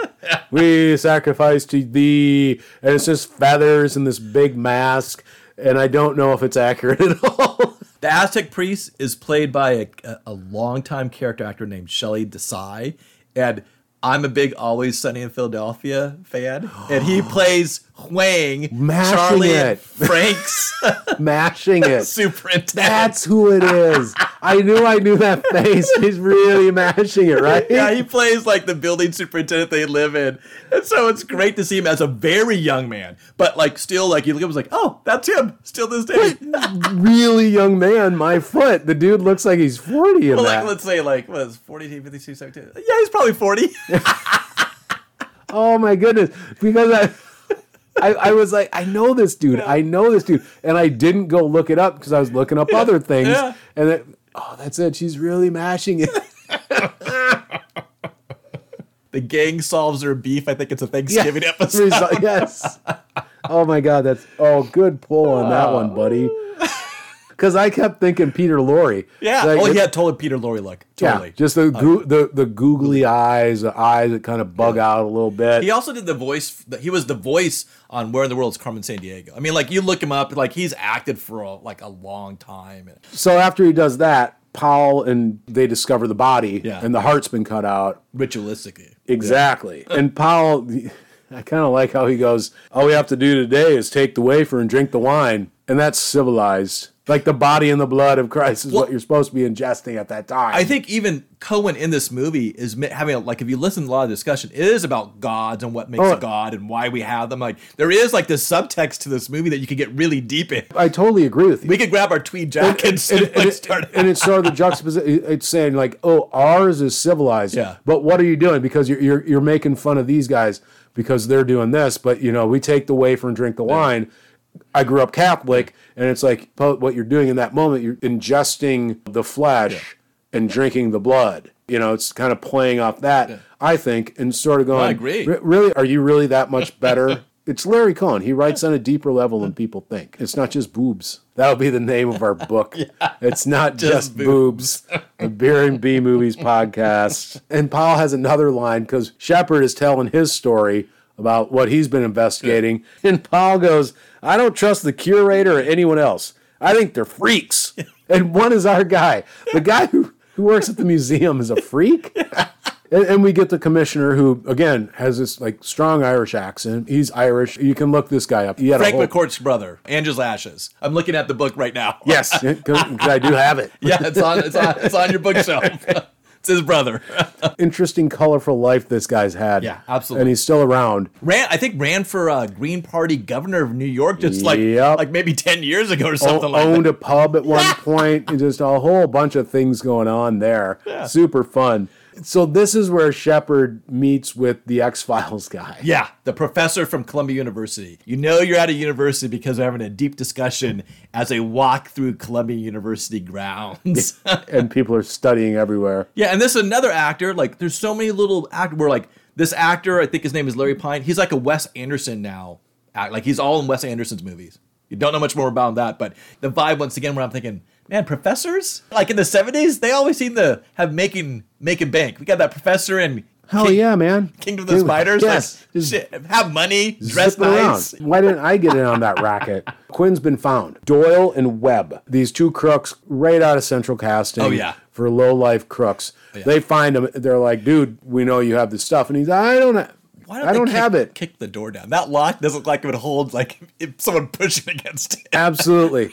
S3: we sacrifice to thee. And it's just feathers and this big mask. And I don't know if it's accurate [LAUGHS] at all.
S2: the aztec priest is played by a, a, a longtime character actor named shelly desai and i'm a big always sunny in philadelphia fan and
S3: [GASPS]
S2: he plays huang
S3: Mashing
S2: charlie
S3: it.
S2: and
S3: [LAUGHS]
S2: frank's [LAUGHS]
S3: Mashing it.
S2: superintendent
S3: That's who it is. I knew I knew that face. He's really mashing it, right?
S2: yeah, he plays like the building superintendent they live in. And so it's great to see him as a very young man, but like still like you look at him it's like, oh, that's him still this day. [LAUGHS]
S3: really young man, my foot. The dude looks like he's 40 in
S2: Well, like
S3: that.
S2: let's say like what is 42, 52, 17. Yeah, he's probably 40. [LAUGHS]
S3: Oh my goodness. Because I I, I was like, I know this dude. I know this dude. And I didn't go look it up because I was looking up other things.
S2: Yeah.
S3: And then, oh, that's it. She's really mashing
S2: [LAUGHS]
S3: it.
S2: the gang solves their beef. I think it's a
S3: [LAUGHS]
S2: Thanksgiving episode.
S3: Result- yes.
S2: [LAUGHS]
S3: Oh my God. That's, oh, good pull on that
S2: Oh.
S3: one, buddy.
S2: [LAUGHS]
S3: Because I kept thinking Peter Lorre.
S2: Yeah.
S3: Like,
S2: oh
S3: it-
S2: yeah, totally Peter Lorre look. Totally. Uh,
S3: Yeah, just the, goo the the googly eyes, the eyes that kind of bug out a little bit.
S2: he also did the voice. He was the voice on Where in the World is Carmen San Diego. I mean, like you look him up, like he's acted for a, like a long time.
S3: So after he does that, Paul and they discover the body,
S2: Yeah.
S3: and the heart's been cut out,
S2: Ritualistically,
S3: Exactly. And Powell, I kind of like how he goes, All we have to do today is take the wafer and drink the wine. And that's civilized. Like the body and the blood of Christ is what you're supposed to be ingesting at that time.
S2: I think even Cohen in this movie is mi- having a, like if you listen to a lot of discussion, it is about gods and what makes
S3: Oh.
S2: a god and why we have them. Like there is like this subtext to this movie that you could get really deep in.
S3: I totally agree with you.
S2: We could grab our tweed jackets and,
S3: and, and
S2: like,
S3: it-
S2: start.
S3: and it's sort of the juxtaposition. It's saying like, "Oh, ours is civilized,
S2: Yeah.
S3: but what are you doing? Because you're, you're you're making fun of these guys because they're doing this, but you know we take the wafer and drink the wine." I grew up Catholic, and it's like po- what you're doing in that moment. You're ingesting the flesh and drinking the blood. You know, it's kind of playing off that. I think, and sort of going.
S2: agree.
S3: [LAUGHS] "Re- really, are you really that much better? It's Larry Cohen. He writes on a deeper level than people think. It's not just boobs. That'll be the name of our [LAUGHS] book. It's not just, boobs. The Beer and B Movies podcast. And Powell has another line because Shepard is telling his story about what he's been investigating. And Powell goes, I don't trust the curator or anyone else. I think they're [LAUGHS] freaks. And one is our guy. The guy who, who works at the museum is a [LAUGHS] freak. And, and we get the commissioner who, again, has this like strong Irish accent. He's Irish. You can look this guy up. He had a
S2: Frank
S3: whole-
S2: McCourt's brother, Angela's Ashes. I'm looking at the book right now.
S3: [LAUGHS] Yes, because I do have it.
S2: [LAUGHS] yeah, it's on, it's on, it's on your
S3: [LAUGHS]
S2: bookshelf. it's his brother.
S3: Interesting, colorful life this guy's had.
S2: Yeah, absolutely.
S3: And he's still around.
S2: Ran, I think ran for uh, Green Party governor of New York just like
S3: Yep.
S2: like maybe ten years ago or
S3: O-
S2: something like that.
S3: owned a pub at one point. and Just a whole bunch of things going on there. Super fun. So this is where Shepard meets with the X Files guy.
S2: Yeah, the professor from Columbia University. You know you're at a university because we're having a deep discussion as they walk through Columbia University grounds. Yeah,
S3: And people are studying everywhere.
S2: and this is another actor. Like, there's so many little act where like this actor, I think his name is Larry Pine. He's like a Wes Anderson now. Act like he's all in Wes Anderson's movies. You don't know much more about that, but the vibe once again where I'm thinking, man, professors like in the '70s, they always seem to have making making bank. We got that professor in
S3: Hell
S2: King-
S3: yeah, man!
S2: Kingdom of the
S3: Dude,
S2: Spiders.
S3: Yes,
S2: like,
S3: just
S2: shit, have money, dress
S3: zipping around.
S2: nice.
S3: Why didn't I get in on that
S2: [LAUGHS]
S3: racket? Quinn's been found. Doyle and Webb, these two crooks right out of Central Casting.
S2: Oh, yeah. Oh,
S3: For low life crooks. They find him. They're like, dude, we know you have this stuff. And he's, I don't, I
S2: they
S3: don't
S2: kick-
S3: have
S2: [LAUGHS]
S3: it.
S2: Kick the door down. That lock doesn't look like it would hold like if someone pushing [LAUGHS] against it.
S3: Absolutely.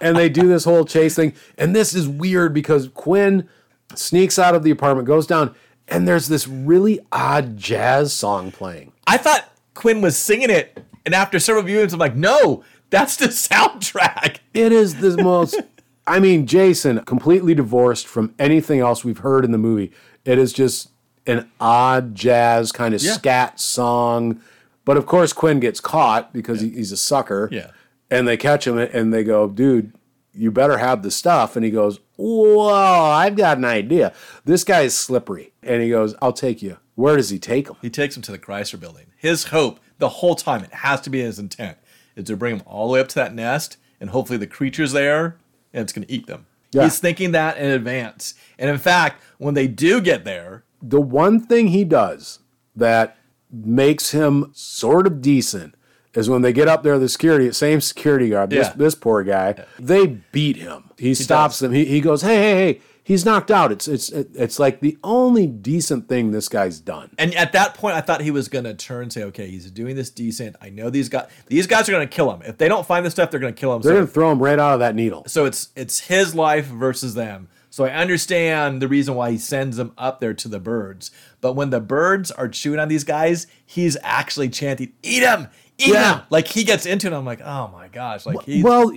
S3: and they do this whole chase thing. And this is weird because Quinn sneaks out of the apartment, goes down, and there's this really odd jazz song playing.
S2: I thought Quinn was singing it, and after several viewings, I'm like, no, that's the soundtrack.
S3: It is the most. I mean, Jason, completely divorced from anything else we've heard in the movie. It is just an odd jazz kind of
S2: Yeah.
S3: scat song. But of course, Quinn gets caught because he, he's a sucker.
S2: Yeah.
S3: And they catch him and they go, dude, you better have the stuff. And he goes, whoa, I've got an idea. This guy is slippery. And he goes, I'll take you. Where does he take him?
S2: He takes him to the Chrysler building. His hope, the whole time, it has to be his intent, is to bring him all the way up to that nest, and hopefully the creature's there, and it's going to eat them.
S3: Yeah.
S2: He's thinking that in advance. And in fact, when they do get there,
S3: the one thing he does that makes him sort of decent is when they get up there, the security, same security guard, this,
S2: Yeah.
S3: this poor guy, they beat him. He, stops them. He, he goes, hey, hey, hey, he's knocked out. It's, it's, it's like the only decent thing this guy's done.
S2: And at that point, I thought he was going to turn and say, "Okay, he's doing this decent. I know these guys. These guys are going to kill him. If they don't find this stuff, they're going to kill him."
S3: They're
S2: So,
S3: going to throw him right out of that needle.
S2: so it's it's his life versus them. So I understand the reason why he sends them up there to the birds. But when the birds are chewing on these guys, he's actually chanting, "Eat him, eat
S3: Yeah.
S2: him!" Like he gets into it. I'm like, "Oh my gosh!" Like he's
S3: Well,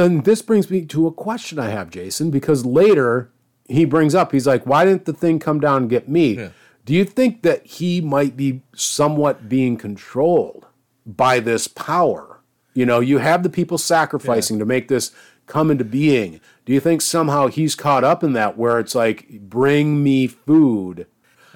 S3: and this brings me to a question I have, Jason, because later he brings up, he's like, why didn't the thing come down and get me? Do you think that he might be somewhat being controlled by this power? You know, you have the people sacrificing to make this come into being. Do you think somehow he's caught up in that where it's like, bring me food?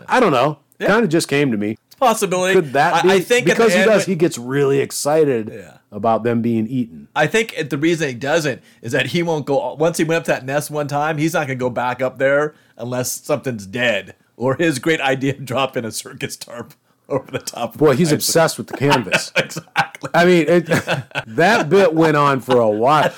S3: I don't know. Kind of just came to me.
S2: it's a possibility.
S3: Could that be?
S2: I, I think at the
S3: because he
S2: end
S3: does,
S2: when-
S3: he gets really excited about them being eaten.
S2: I think it- the reason he doesn't is that he won't go. Once he went up to that nest one time, he's not going to go back up there unless something's dead or his great idea of dropping a circus tarp [LAUGHS] over the top. of
S3: Boy,
S2: the
S3: he's
S2: ice.
S3: obsessed with the canvas.
S2: [LAUGHS]
S3: [LAUGHS]
S2: exactly.
S3: I mean, it, that bit went on for
S2: [LAUGHS]
S3: a while.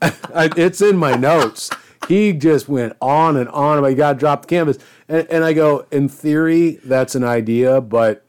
S3: I- it's in my notes. He just went on and on about you got to drop the canvas, and, and I go, in theory, that's an idea, but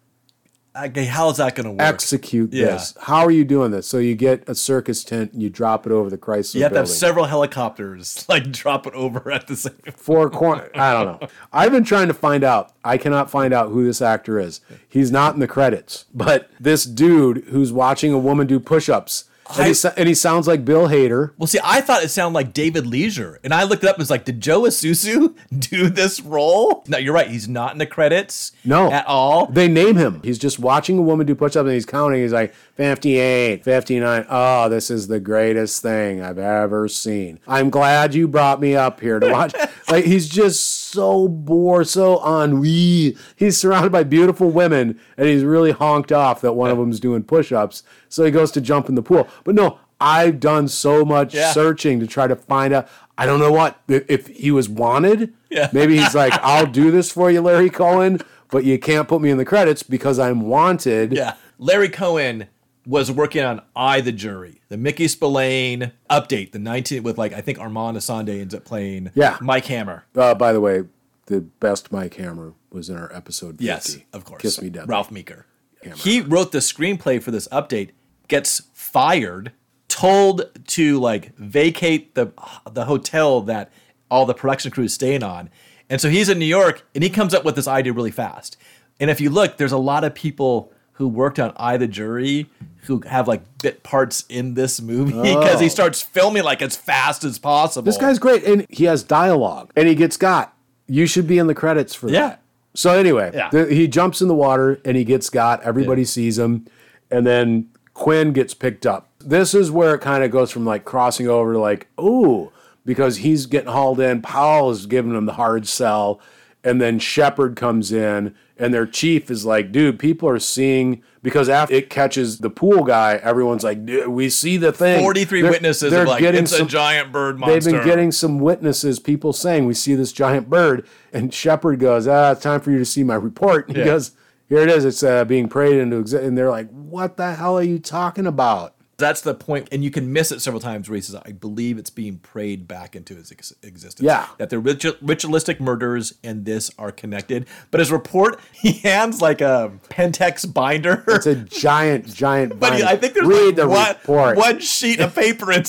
S2: Okay, how's that going to work?
S3: execute
S2: Yeah.
S3: this. How are you doing this? So you get a circus tent, and you drop it over the Chrysler
S2: you have to have
S3: building.
S2: several helicopters [LAUGHS] like drop it over at the same.
S3: four corner. I don't know. I've been trying to find out. I cannot find out who this actor is. He's not in the credits, but this dude who's watching a woman do push-ups, and,
S2: I-
S3: he, sa- and he sounds like Bill Hader.
S2: Well, see, I thought it sounded like David Leisure, and I looked it up. and It's like, did Joe Asusu [LAUGHS] do this role? No, you're right. He's not in the credits.
S3: No.
S2: at all.
S3: They name him. He's just watching a woman do push-ups and he's counting. He's like 58, 59. Oh, this is
S2: [LAUGHS]
S3: the greatest thing I've ever seen. I'm glad you brought me up here to watch. like he's just so bored, so ennui. He's surrounded by beautiful women, and he's really honked off that one of them's doing push-ups. So he goes to jump in the pool. But no, I've done so much
S2: Yeah.
S3: searching to try to find out. I don't know what if, if he was wanted.
S2: Yeah.
S3: Maybe he's like, "I'll do this for you, Larry Cohen," but you can't put me in the credits because I'm wanted.
S2: Yeah. Larry Cohen was working on I the Jury, the Mickey Spillane update, the 19 with like I think Armand Asande ends up playing
S3: Yeah.
S2: Mike Hammer.
S3: Uh, by the way, the best Mike Hammer was in our episode. 50,
S2: Yes, of course.
S3: Kiss Me Dead.
S2: Ralph Meeker.
S3: Hammer.
S2: He wrote the screenplay for this update, gets fired, told to like vacate the the hotel that all the production crew is staying on. And so he's in New York and he comes up with this idea really fast. And if you look, there's a lot of people who worked on I the Jury who have like bit parts in this movie [LAUGHS] because he starts filming like as fast as possible.
S3: Oh. This guy's great, and he has dialogue, and he gets got. You should be in the credits for
S2: Yeah.
S3: that. So anyway,
S2: Yeah.
S3: th- he jumps in the water and he gets got. Everybody sees him, and then Quinn gets picked up. This is where it kind of goes from like crossing over to like ooh, because he's getting hauled in. Powell is giving him the hard sell, and then Shepard comes in, and their chief is like, "Dude, people are seeing." Because after it catches the pool guy, everyone's like, "Dude, "We see the thing."
S2: 43
S3: They're-
S2: witnesses
S3: they're
S2: of like
S3: getting
S2: it's a
S3: some-
S2: giant bird
S3: They've
S2: monster.
S3: been getting some witnesses, people saying, We see this giant bird. And Shepard goes, Ah, it's time for you to see my report. And he
S2: Yeah.
S3: goes, Here it is. It's uh, being prayed into existence. And they're like, What the hell are you talking about?
S2: That's the point, and you can miss it several times where he says, "I believe it's being prayed back into his ex- existence."
S3: Yeah.
S2: that the ritu- ritualistic murders and this are connected. But his report, [LAUGHS] he hands like a Pentex binder,
S3: It's a giant,
S2: [LAUGHS]
S3: giant
S2: but he-
S3: binder.
S2: I think there's
S3: Read the
S2: like one,
S3: report.
S2: one sheet of paper, and,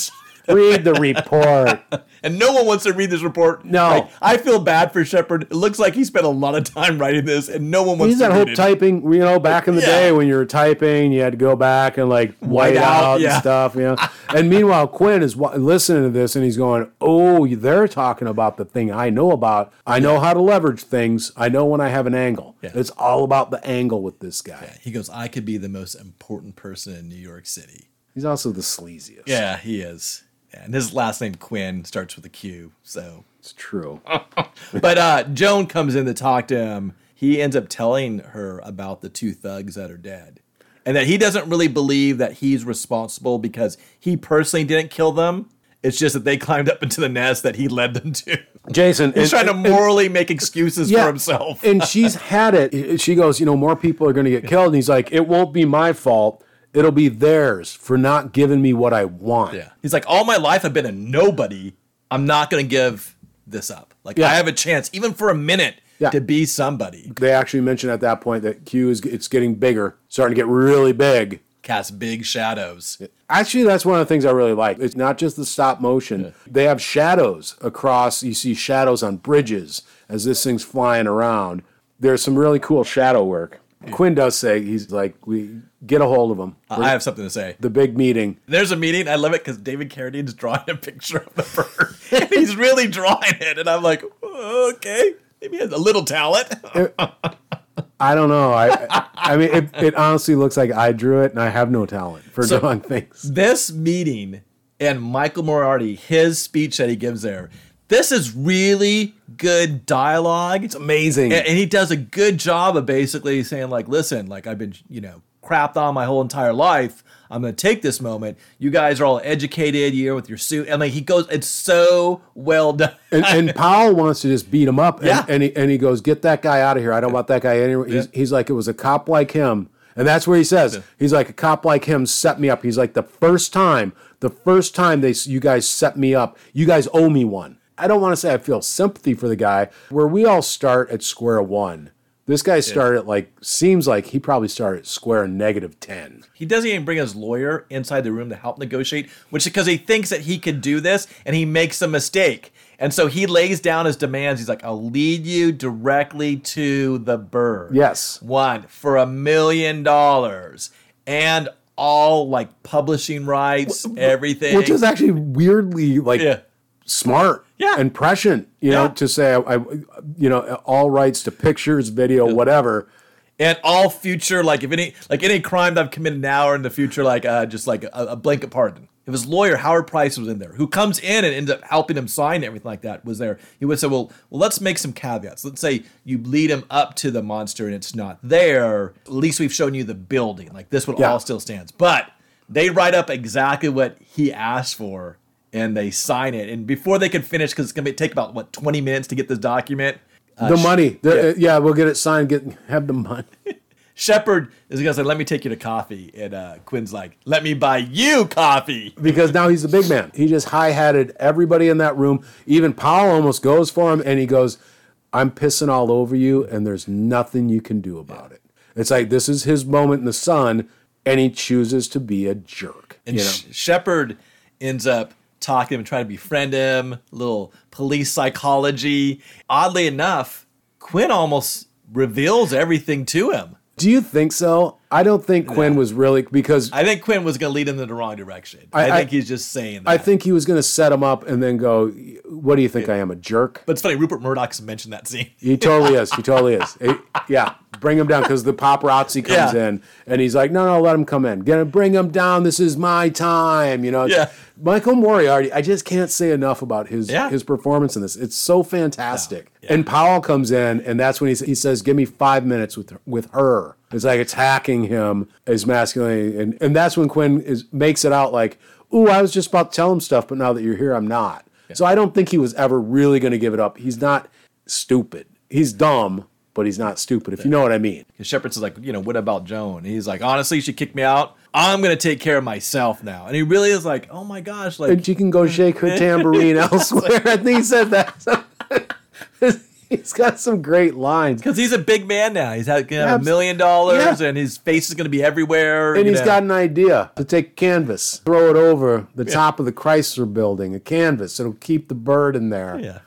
S3: Read the report.
S2: [LAUGHS] and no one wants to read this report.
S3: No.
S2: Like, I feel bad for Shepard. It looks like he spent a lot of time writing this, and no one wants
S3: He's
S2: to
S3: that
S2: read
S3: whole
S2: it.
S3: typing, you know, back in the
S2: Yeah.
S3: day when you were typing, you had to go back and like white
S2: out,
S3: out,
S2: yeah.
S3: and
S2: [LAUGHS]
S3: stuff, you know. and meanwhile, Quinn is wa- listening to this and he's going, "Oh, they're talking about the thing I know about. I know how to leverage things. I know when I have an angle.
S2: Yeah.
S3: It's all about the angle with this guy.
S2: He goes, "I could be the most important person in New York City."
S3: He's also the sleaziest.
S2: Yeah, he is. And his last name Quinn starts with a Q, so
S3: it's true.
S2: but uh, Joan comes in to talk to him. He ends up telling her about the two thugs that are dead. And that he doesn't really believe that he's responsible because he personally didn't kill them. It's just that they [LAUGHS] climbed up into the nest that he led them to.
S3: Jason,
S2: [LAUGHS] He's trying
S3: and-
S2: to
S3: and-
S2: morally make excuses for himself.
S3: and she's had it. She goes, you know, more people are going to get killed. And he's like, it won't be my fault. It'll be theirs for not giving me what I want.
S2: Yeah. He's like, all my life I've been a nobody. I'm not going to give this up. Like,
S3: Yeah.
S2: I have a chance, even for a minute,
S3: Yeah.
S2: to be somebody.
S3: They actually mentioned at that point that Q is it's getting bigger, starting to get really big.
S2: Cast big shadows.
S3: Actually, that's one of the things I really like. It's not just the stop motion. They have shadows across. You see shadows on bridges as this thing's flying around. There's some really cool shadow work. Quinn does say he's like, we get a hold of him.
S2: I have something to say.
S3: the big meeting.
S2: There's a meeting. I love it because David Carradine's drawing a picture of the bird. [LAUGHS] and he's really drawing it, and I'm like, okay, maybe he has a little talent.
S3: I don't know. I I mean, it, it honestly looks like I drew it, and I have no talent for
S2: So-
S3: drawing things.
S2: this meeting and Michael Moriarty, his speech that he gives there, this is really good dialogue. It's
S3: Amazing.
S2: and, and he does a good job of basically saying like listen like i've been you know crapped on my whole entire life i'm gonna take this moment you guys are all educated you're with your suit and like he goes it's so well [LAUGHS] done
S3: and, and Powell wants to just beat him up. And,
S2: Yeah.
S3: and, he, and he goes, Get that guy out of here. I don't want that guy anywhere. He's, he's like, It was a cop like him. And that's where he says, He's like, A cop like him set me up. He's like, The first time, the first time they s- you guys set me up, you guys owe me one. I don't want to say I feel sympathy for the guy. Where we all start at square one, this guy started at like, seems like he probably started at square negative 10.
S2: he doesn't even bring his lawyer inside the room to help negotiate which because he thinks that he could do this and he makes a mistake and so he lays down his demands he's like i'll lead you directly to the bird
S3: Yes.
S2: one for a million dollars and all like publishing rights, everything.
S3: Which is actually weirdly like
S2: yeah,
S3: smart
S2: Yeah.
S3: and prescient, you know,
S2: Yeah.
S3: to say, I, I, you know, all rights to pictures, video, whatever.
S2: and all future like if any like any crime that I've committed now or in the future, like uh, just like a, a blanket pardon. if his lawyer Howard Price was in there, who comes in and ends up helping him sign and everything like that, was there, he would say, "Well, well, let's make some caveats. Let's say you lead him up to the monster and it's not there. At least we've shown you the building. Like this one
S3: Yeah.
S2: all still stands." But they write up exactly what he asked for and they sign it. And before they can finish, because it's gonna be- take about what twenty minutes to get this document. Uh,
S3: the money. The- uh, yeah, we'll get it signed. Get have the money. [LAUGHS]
S2: Shepard is gonna say, "Let me take you to coffee," and uh, Quinn's like, "Let me buy you coffee."
S3: because now he's the big man. He just high hatted everybody in that room. Even Powell almost goes for him and he goes, I'm pissing all over you and there's nothing you can do about it. It's like this is his moment in the sun and he chooses to be a jerk.
S2: And
S3: you know?
S2: Sh- Shepard ends up talking to him, trying to befriend him, little police psychology. Oddly enough, Quinn almost reveals everything to him.
S3: do you think so? I don't think Quinn was really because
S2: I think Quinn was going to lead him in the wrong direction. I,
S3: I-
S2: think
S3: I-
S2: he's just saying that.
S3: I think he was going to set him up and then go, What do you think? I am a jerk?
S2: but it's funny, Rupert Murdoch's mentioned that scene. [LAUGHS]
S3: He totally is. He totally is. He- yeah, bring him down because the paparazzi comes
S2: Yeah.
S3: in and he's like, "No, no, let him come in. Gonna bring him down. This is my time." You know. it's-
S2: Yeah.
S3: Michael Moriarty. I just can't say enough about his
S2: Yeah.
S3: his performance in this. It's so fantastic.
S2: Yeah.
S3: And Powell comes in and that's when he sa- he says, "Give me five minutes with with her." It's like attacking him as masculine, and and that's when Quinn is makes it out like, "Ooh, I was just about to tell him stuff, but now that you're here, I'm not." So I don't think he was ever really going to give it up. He's not stupid. He's dumb, but he's not stupid, if you know what I mean.
S2: Because Shepard says, like, you know, what about Joan? And he's like, honestly, she kicked me out. I'm going to take care of myself now. And he really is like, oh my gosh, like,
S3: And she can go shake her
S2: [LAUGHS]
S3: tambourine elsewhere. I think he said that. [LAUGHS] he's got some great lines.
S2: Because he's a big man now. He's had gonna have a
S3: Abs-
S2: million dollars,
S3: Yeah.
S2: and his face is going to be everywhere.
S3: And
S2: you
S3: he's
S2: know.
S3: got an idea to take canvas, throw it over the top of the Chrysler building, a canvas. It'll keep the bird in there.
S2: Yeah,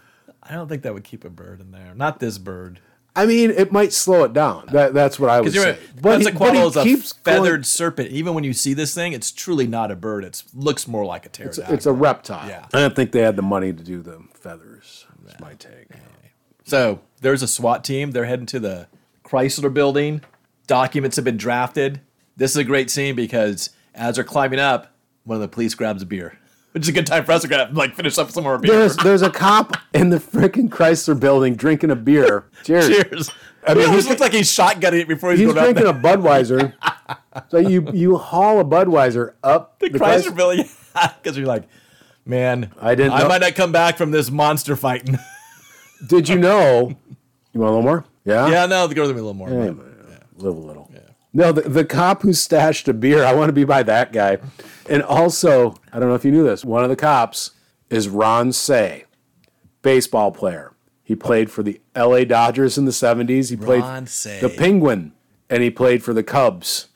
S2: I don't think that would keep a bird in there. Not this bird.
S3: I mean, it might slow it down. That, that's what I would
S2: Because you're
S3: say.
S2: right. Quetzalcoatl is a
S3: going-
S2: feathered serpent. Even when you see this thing, it's truly not a bird. It looks more like a pterodactyl.
S3: it's a reptile.
S2: Yeah.
S3: I don't think they had the money to do the feathers. That's my take.
S2: so there's a SWAT team. They're heading to the Chrysler building. Documents have been drafted. This is a great scene because as they're climbing up, one of the police grabs a beer, [LAUGHS] which is a good time for us to grab, like finish up some more beer.
S3: There's there's a cop in the freaking Chrysler building drinking
S2: [LAUGHS]
S3: a beer. Cheers.
S2: Cheers. I mean,
S3: mean,
S2: he always
S3: he's-
S2: looks like he's shotgunning it before he's,
S3: He's
S2: going out
S3: drinking
S2: there.
S3: a Budweiser. [LAUGHS] so you you haul a Budweiser up
S2: The
S3: Chrys-
S2: Chrysler Billy, [LAUGHS] because you're like, man,
S3: I didn't
S2: I
S3: know-
S2: might not come back from this monster [LAUGHS] fighting.
S3: Did you know? You want a little more? Yeah.
S2: yeah, no, the girl gonna be a little more.
S3: Hey, man, Live a little. No, the, the cop who stashed a beer, I want to be by that guy. And also, I don't know if you knew this, one of the cops is Ron Say, baseball player. He played for the LA Dodgers in the 70s. He played
S2: Ron Say.
S3: the Penguin and he played for
S2: [LAUGHS]
S3: the Cubs.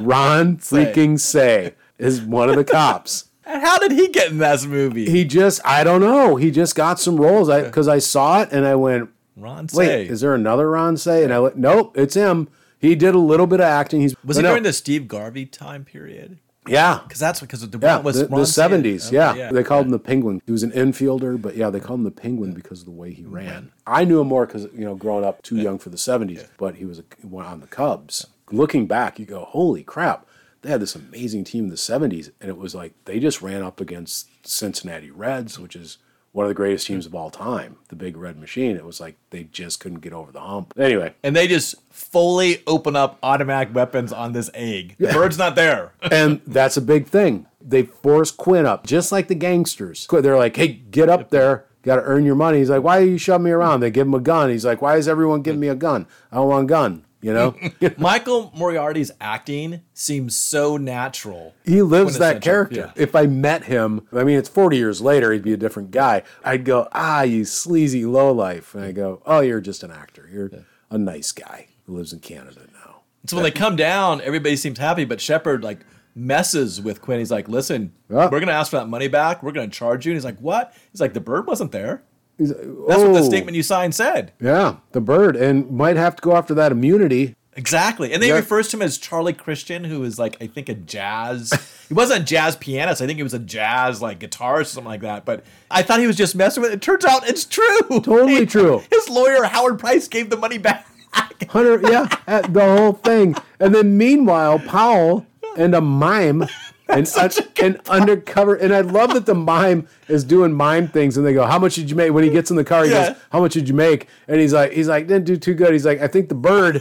S3: Ron freaking Say is one of the cops.
S2: And how did he get in this movie?
S3: He just, I don't know. He just got some roles because I saw it and I went,
S2: Ron Say.
S3: Wait, is there another Ron Say? And I went, nope, it's him. He did a little bit of acting. He's
S2: was it
S3: no,
S2: during the Steve Garvey time period?
S3: yeah,
S2: Because that's because the
S3: yeah,
S2: one was
S3: the,
S2: Ron
S3: the
S2: Say.
S3: seventies.
S2: Okay,
S3: yeah. they called him the Penguin. He was an infielder, but yeah, they called him the Penguin because of the way he ran. I knew him more because you know, growing up, too young for the seventies, but he was a, one on the Cubs. Looking back, you go, holy crap. They had this amazing team in the 70s, and it was like they just ran up against Cincinnati Reds, which is one of the greatest teams of all time, the Big Red Machine. It was like they just couldn't get over the hump. Anyway,
S2: and they just fully open up automatic weapons on this egg. The bird's not there. [LAUGHS]
S3: and that's a big thing. They force Quinn up, just like the gangsters. Qu- They're like, "Hey, get up there, got to earn your money." He's like, "Why are you shoving me around?" They give him a gun. He's like, "Why is everyone giving me a gun? I don't want a gun."
S2: [LAUGHS]
S3: You know,
S2: Michael Moriarty's acting seems so natural.
S3: he lives
S2: Quintessential,
S3: that character.
S2: yeah.
S3: If I met him, I mean, it's forty years later, he'd be a different guy. I'd go, "Ah, you sleazy lowlife," and I go, "Oh, you're just an actor. You're a nice guy who lives in Canada now."
S2: So when they come down, everybody seems happy, but Shepard like messes with Quinn. He's like, "Listen,
S3: Yeah.
S2: we're gonna ask for that money back. We're gonna charge you." And he's like, "What?" He's like, "The bird wasn't there.
S3: He's,
S2: That's what the statement you signed said."
S3: Oh, Yeah, the bird, and might have to go after that immunity
S2: Exactly. And they
S3: Yeah.
S2: refers to him as Charlie Christian, who is like I think a jazz. [LAUGHS] he wasn't a jazz pianist. I think he was a jazz like guitarist or something like that. But I thought he was just messing with it. Turns out it's true. [LAUGHS]
S3: Totally true.
S2: His lawyer Howard Price gave the money back.
S3: uh,
S2: [LAUGHS]
S3: Hunter, yeah, at the whole thing. And then meanwhile, Powell and a mime and, un- and undercover. And I love that the mime is doing mime things, and they go, "How much did you make?" When he gets in the car, he
S2: Yeah.
S3: goes, "How much did you make?" And he's like, "He's like, didn't do too good." He's like, "I think the bird."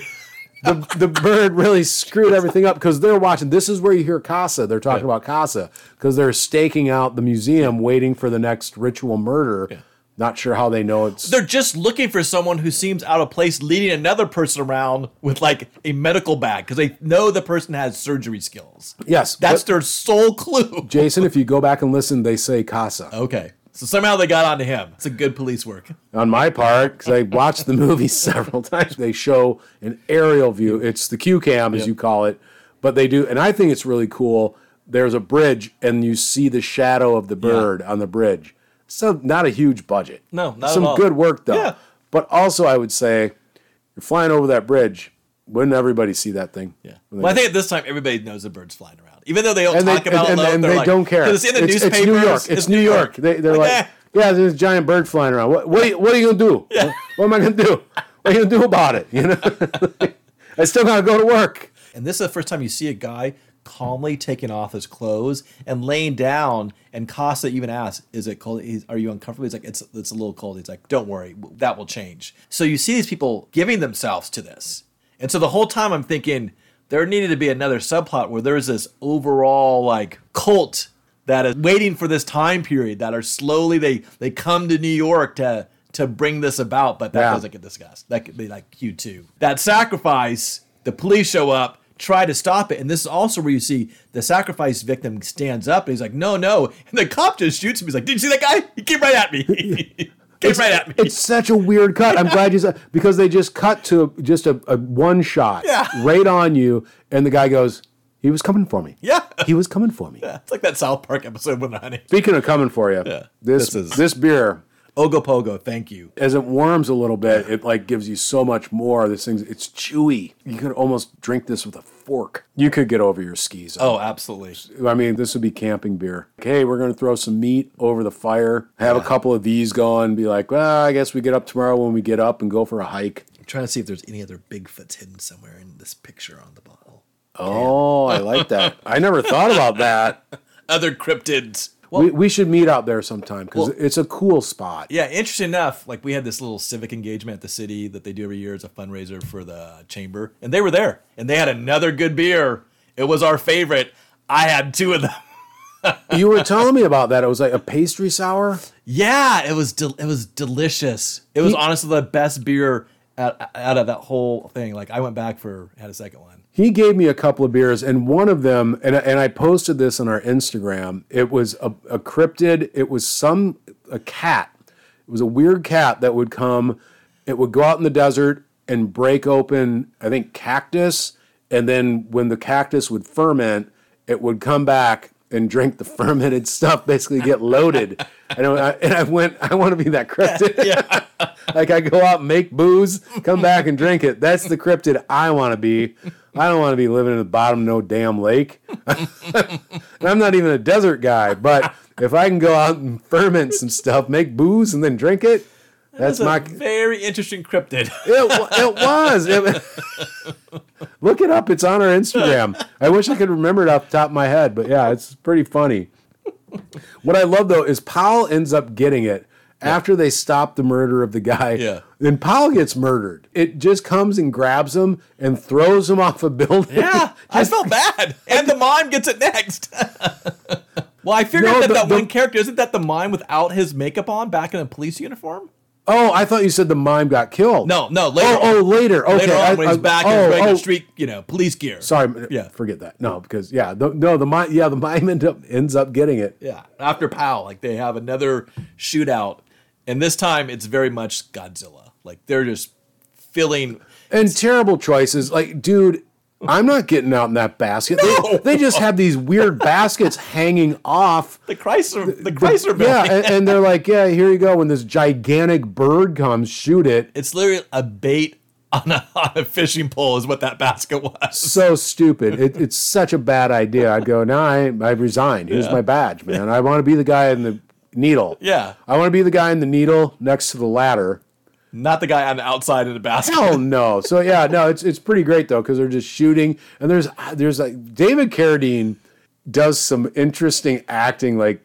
S3: The, the bird really screwed everything up because they're watching. This is where you hear Casa. They're talking about Casa because they're staking out the museum, waiting for the next ritual murder. Not sure how they know it's
S2: They're just looking for someone who seems out of place, leading another person around with like a medical bag because they know the person has surgery skills.
S3: Yes,
S2: That's
S3: but-
S2: their sole clue.
S3: Jason. If you go back and listen, they say Casa.
S2: Okay. So somehow they got onto him. It's a good police work.
S3: on my part because I watched the movie [LAUGHS] several times. They show an aerial view. It's the Q cam, as you call it, but they do, and I think it's really cool. There's a bridge, and you see the shadow of the bird on the bridge. So not a huge budget.
S2: No, not at
S3: some
S2: all.
S3: good work though.
S2: Yeah.
S3: But also, I would say you're flying over that bridge. Wouldn't everybody see that thing?
S2: Yeah.
S3: When
S2: Well,
S3: they-
S2: I think at this time everybody knows the birds flying around, even though they don't
S3: and they,
S2: talk about
S3: and, and-
S2: it. low,
S3: and
S2: they're
S3: they
S2: like-
S3: don't care.
S2: 'cause It's in the
S3: it's,
S2: newspapers.
S3: it's New York. It's, New York. They, they're like,
S2: eh. [LAUGHS]
S3: yeah, there's a giant bird flying around. What, what, are, you, what are you gonna do? What, what am I gonna do? What are you gonna do about it? You know, [LAUGHS] I still gotta go to work.
S2: And this is the first time you see a guy calmly taking off his clothes and laying down. And Costa even asks, "Is it cold? He's- Are you uncomfortable?" He's like, "It's it's a little cold." He's like, "Don't worry, w- that will change." So you see these people giving themselves to this, and so the whole time I'm thinking there needed to be another subplot where there's this overall like cult that is waiting for this time period that are slowly they they come to New York to to bring this about, but that
S3: Yeah.
S2: doesn't get discussed. That could be like Q two. That sacrifice, the police show up, try to stop it, and this is also where you see the sacrifice victim stands up and he's like, "No, no," and the cop just shoots him. He's like, "Did you see that guy? He came right [LAUGHS] at me. He came right at me."
S3: It's such a weird cut. I'm glad you said because they just cut to just a, a one shot
S2: Yeah.
S3: right on you, and the guy goes, "He was coming for me.
S2: [LAUGHS] Yeah.
S3: he was coming for me."
S2: It's like that South Park episode with the honey.
S3: Speaking of coming for you, this
S2: This is-
S3: this beer
S2: Ogopogo, thank you.
S3: as it warms a little bit, it like gives you so much more. This thing's it's chewy. You could almost drink this with a fork. You could get over your skis.
S2: Oh, absolutely.
S3: I mean, this would be camping beer. Hey, we're gonna throw some meat over the fire. Have a couple of these going. Be like, well, I guess we get up tomorrow when we get up and go for a hike.
S2: I'm trying to see if there's any other Bigfoots hidden somewhere in this picture on the bottle.
S3: Oh, I like that. [LAUGHS] I never thought about [LAUGHS] that.
S2: Other cryptids. Well,
S3: We, we should meet out there sometime because it's a cool spot.
S2: yeah, interesting enough, like we had this little civic engagement at the city that they do every year as a fundraiser for the chamber, and they were there, and they had another good beer. It was our favorite. I had two of them. [LAUGHS]
S3: You were telling me about that. It was like a pastry sour.
S2: Yeah, it was del- it was delicious. It was honestly the best beer out, out of that whole thing. Like I went back for had a second one.
S3: he gave me a couple of beers, and one of them, and, and I posted this on our Instagram. It was a, a cryptid. It was some a cat. It was a weird cat that would come. It would go out in the desert and break open, I think, cactus, and then when the cactus would ferment, it would come back and drink the [LAUGHS] fermented stuff. Basically, get loaded. and, I, and I went, I want to be that cryptid. Like I go out, and make booze, come back and drink it. That's the cryptid I want to be. I don't want to be living in the bottom of no damn lake. [LAUGHS] and I'm not even a desert guy, but if I can go out and ferment some stuff, make booze, and then drink it, that's
S2: It's a
S3: my. It,
S2: very interesting
S3: [LAUGHS]
S2: cryptid.
S3: wa- it was. It- [LAUGHS] look it up. It's on our Instagram. I wish I could remember it off the top of my head, but yeah, it's pretty funny. What I love though is Powell ends up getting it after they stop the murder of the guy.
S2: Yeah.
S3: Then Powell gets murdered. It just comes and grabs him and throws him off a building.
S2: Yeah,
S3: [LAUGHS]
S2: I felt bad. And the mime gets it next. [LAUGHS] well, I figured
S3: No,
S2: that
S3: the-
S2: that
S3: the-
S2: one character isn't that the mime without his makeup on, back in a police uniform.
S3: Oh, I thought you said the mime got killed.
S2: No, no, later.
S3: Oh, oh, later. Okay.
S2: Later on,
S3: I-
S2: when he's
S3: I-
S2: back
S3: oh,
S2: in regular
S3: oh,
S2: street, you know, police gear.
S3: Sorry.
S2: Yeah.
S3: Yeah. Forget that. No, because yeah, the, no, the mime. Yeah, the mime [LAUGHS] end up ends up getting it.
S2: Yeah, after Pow, like they have another shootout, and this time it's very much Godzilla. Like they're just filling.
S3: and terrible choices. Like, dude, I'm not getting out in that basket. They, they just have these weird baskets [LAUGHS] hanging off.
S2: The Chrysler, the Chrysler building.
S3: Yeah, and, and they're like, yeah, here you go. When this gigantic bird comes, shoot it.
S2: It's literally a bait on a, [LAUGHS] on a fishing pole, is what that basket was. [LAUGHS]
S3: So stupid. It, it's such a bad idea. I'd go, no, I, I resign. Here's my badge, man. I want to be the guy in the needle.
S2: Yeah.
S3: I want to be the guy in the needle next to the ladder.
S2: Not the guy on the outside of the basket.
S3: Hell no. So yeah, no, it's it's pretty great though because they're just shooting and there's there's like David Carradine does some interesting acting, like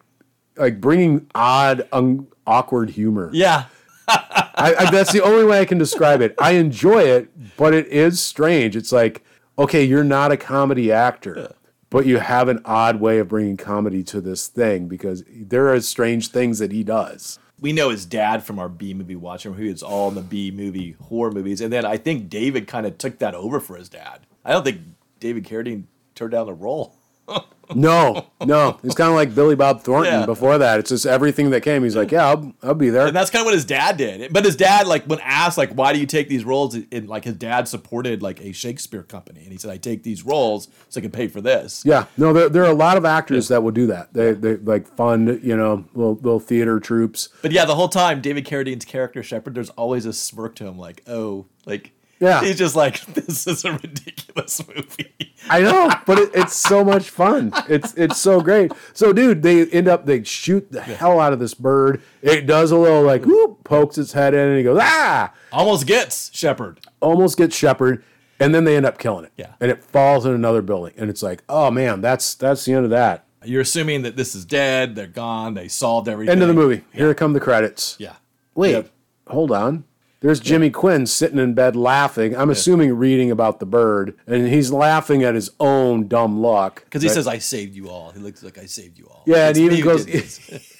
S3: like bringing odd, un- awkward humor.
S2: Yeah.
S3: I, I, that's the only way I can describe it. I enjoy it, but it is strange. It's like, okay, you're not a comedy actor, but you have an odd way of bringing comedy to this thing because there are strange things that he does.
S2: We know his dad from our B movie watching, who is all in the B movie horror movies. And then I think David kind of took that over for his dad. I don't think David Carradine turned down the role. [LAUGHS]
S3: No, no, it's kind of like Billy Bob Thornton
S2: Yeah.
S3: before that. It's just everything that came. He's like, yeah, I'll, I'll be there.
S2: And that's kind of what his dad did. But his dad, like, when asked, like, why do you take these roles? And, like, his dad supported, like, a Shakespeare company. And he said, I take these roles so I can pay for this.
S3: Yeah, no, there, there are a lot of actors that will do that. They, they like fund, you know, little, little theater troops.
S2: But yeah, the whole time David Carradine's character Shepard, there's always a smirk to him, like, oh, like
S3: Yeah.
S2: he's just like, [LAUGHS] this is a ridiculous movie.
S3: I know, [LAUGHS] but it, it's so much fun. It's it's so great. So, dude, they end up they shoot the hell out of this bird. It does a little like whoop, pokes its head in, and he goes ah,
S2: Almost gets Shepard.
S3: almost gets Shepard, and then they end up killing it.
S2: Yeah.
S3: and it falls in another building, and it's like, oh man, that's that's the end of that.
S2: You're assuming that this is dead, they're gone, they solved everything.
S3: End of the movie. Here come the credits.
S2: Yeah.
S3: Wait,
S2: Yep.
S3: hold on. There's Jimmy Quinn sitting in bed laughing. I'm assuming reading about the bird, and he's laughing at his own dumb luck.
S2: Because he
S3: Right?
S2: says, I saved you all. He looks like I saved you all.
S3: Yeah, and
S2: It's
S3: he even
S2: me who
S3: goes-
S2: did this.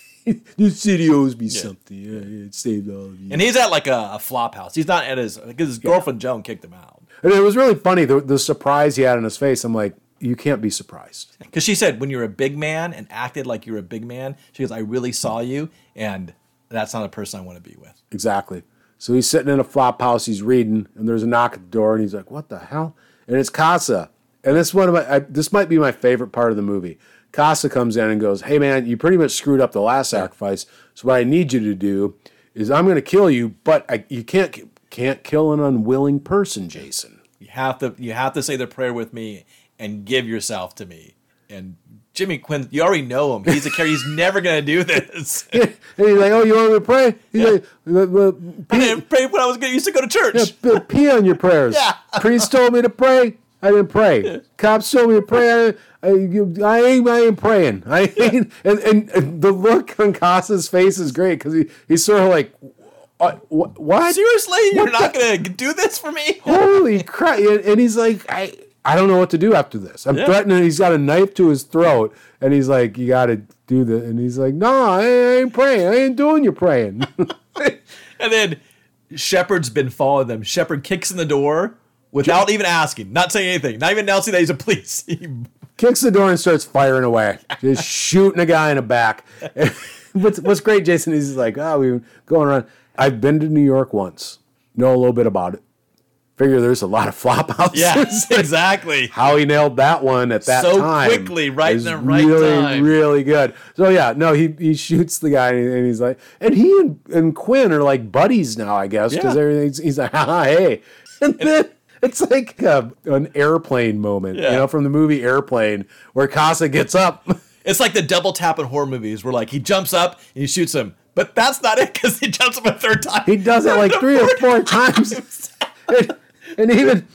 S3: "The city owes me something. Yeah, yeah, it saved all of you."
S2: and he's at like a, a flop house. He's not at his, because his girlfriend Joan kicked him out.
S3: And it was really funny the, the surprise he had on his face. I'm like, you can't be surprised.
S2: Because she said, when you're a big man and acted like you're a big man, she goes, I really saw you, and that's not a person I want to be with.
S3: Exactly. So he's sitting in a flop house. He's reading, and there's a knock at the door, and he's like, "What the hell?" And it's Casa. And this one of my I, this might be my favorite part of the movie. Casa comes in and goes, "Hey man, you pretty much screwed up the last sacrifice. So what I need you to do is I'm going to kill you, but I, you can't ki- can't kill an unwilling person, Jason." [LAUGHS]
S2: You have to you have to say the prayer with me and give yourself to me. And Jimmy Quinn, you already know him. He's a character. He's never gonna do this. I
S3: and he's like, "Oh, you want me to pray?" He's like, "Well, well, pee,
S2: didn't pray [LAUGHS] when I was gonna used to go to church.
S3: p- pee on your prayers."
S2: Yeah.
S3: Priest told me to pray. I didn't pray. Cops told me to pray. I, I, I ain't. I ain't praying. I ain't. And, and, and the look on Casa's face is great because he, he's sort of like, "Uh, wh- "What?
S2: Seriously, you're not gonna do this for me?
S3: Holy crap!" And, and he's like, "I." I don't know what to do after this. I'm threatening. He's got a knife to his throat, and he's like, "You got to do this." And he's like, "No, I I ain't praying. I ain't doing your praying." [LAUGHS]
S2: [LAUGHS] And then Shepard's been following them. Shepard kicks in the door without even asking, not saying anything, not even announcing that he's a police. [LAUGHS] He
S3: kicks the door and starts firing away, just shooting a guy in the back. what's What's great, Jason, is he's like, oh, we were going around. I've been to New York once. Know a little bit about it. Figure there's a lot of flop [LAUGHS]
S2: [LAUGHS]
S3: houses.
S2: yeah, exactly.
S3: How he nailed that one at that
S2: So
S3: time.
S2: quickly, right
S3: is
S2: in the right
S3: really,
S2: time.
S3: Really good. So yeah, no, he he shoots the guy and, and he's like, and he and, and Quinn are like buddies now, I guess, because
S2: Yeah.
S3: everything's he's like, ha ha, hey, [LAUGHS] and then. It's like uh an airplane moment,
S2: Yeah.
S3: you know, from the movie Airplane, where Casa gets up. [LAUGHS]
S2: It's like the double tap in horror movies where like he jumps up and he shoots him, but that's not it because he jumps up a third time.
S3: [LAUGHS] He does it like three or four times. [LAUGHS] And, and even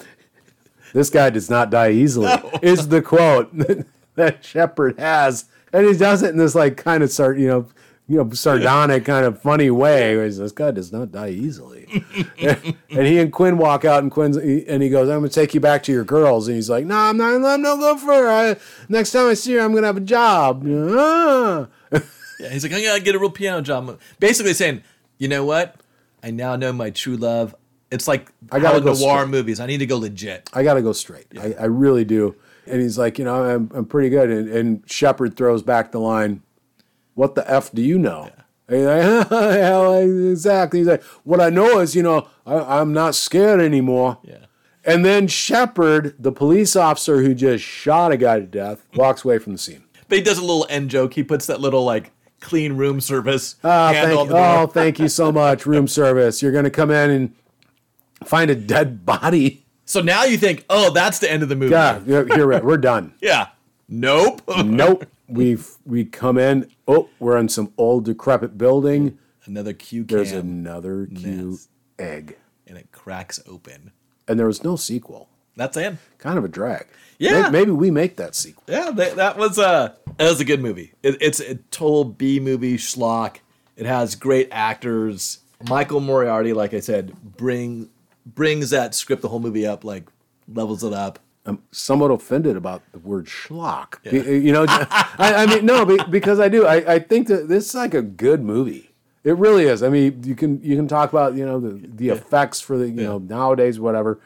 S3: this guy does not die easily [LAUGHS] is the quote [LAUGHS] that, that Shepard has. And he does it in this like kind of sar- you know, you know, sardonic kind of funny way. where he's, This guy does not die [LAUGHS] easily. and he and Quinn walk out, and Quinn's he- and he goes, "I'm gonna take you back to your girls." And he's like, "No, I'm not. I'm not going for her. I, next time I see her, I'm gonna have a job." [LAUGHS] Ah.
S2: Yeah, he's like, I'm gonna get a real piano job. Basically saying, you know what? I now know my true love. It's like
S3: I gotta
S2: how in
S3: go
S2: noir
S3: straight.
S2: movies. I need to go legit.
S3: I got to go straight. I, I really do. And he's like, you know, I'm, I'm pretty good. And, and Shepard throws back the line, what the F do you know? And he's like, [LAUGHS] "Hell, exactly. He's like, what I know is, you know, I, I'm not scared anymore.
S2: Yeah.
S3: And then Shepard, the police officer who just shot a guy to death, walks away from the scene.
S2: But he does a little end joke. He puts that little like clean room service
S3: Oh,
S2: [LAUGHS] handle on
S3: thank,
S2: the door.
S3: oh, thank you so much, room service. You're going to come in and find a
S2: [LAUGHS]
S3: dead body.
S2: So now you think, oh, that's the end of the movie.
S3: Yeah, you're, you're right. We're done.
S2: Yeah. Nope.
S3: nope. We've [LAUGHS] we come in. Oh, we're in some old decrepit building.
S2: [LAUGHS] Another cue cam,
S3: There's another cute egg.
S2: and it cracks open.
S3: And there was no sequel.
S2: That's him.
S3: Kind of a drag.
S2: Yeah.
S3: May- Maybe we make that sequel.
S2: Yeah, that, that was a that was a good movie. It, it's a total B movie schlock. It has great actors. Michael Moriarty, like I said, bring brings that script the whole movie up, like levels it up.
S3: I'm somewhat offended about the word schlock. Be- You [LAUGHS] know, I, I mean, no, be- because I do. I, I think that this is like a good movie. It really is. I mean, you can you can talk about you know the, the effects for the you know nowadays whatever,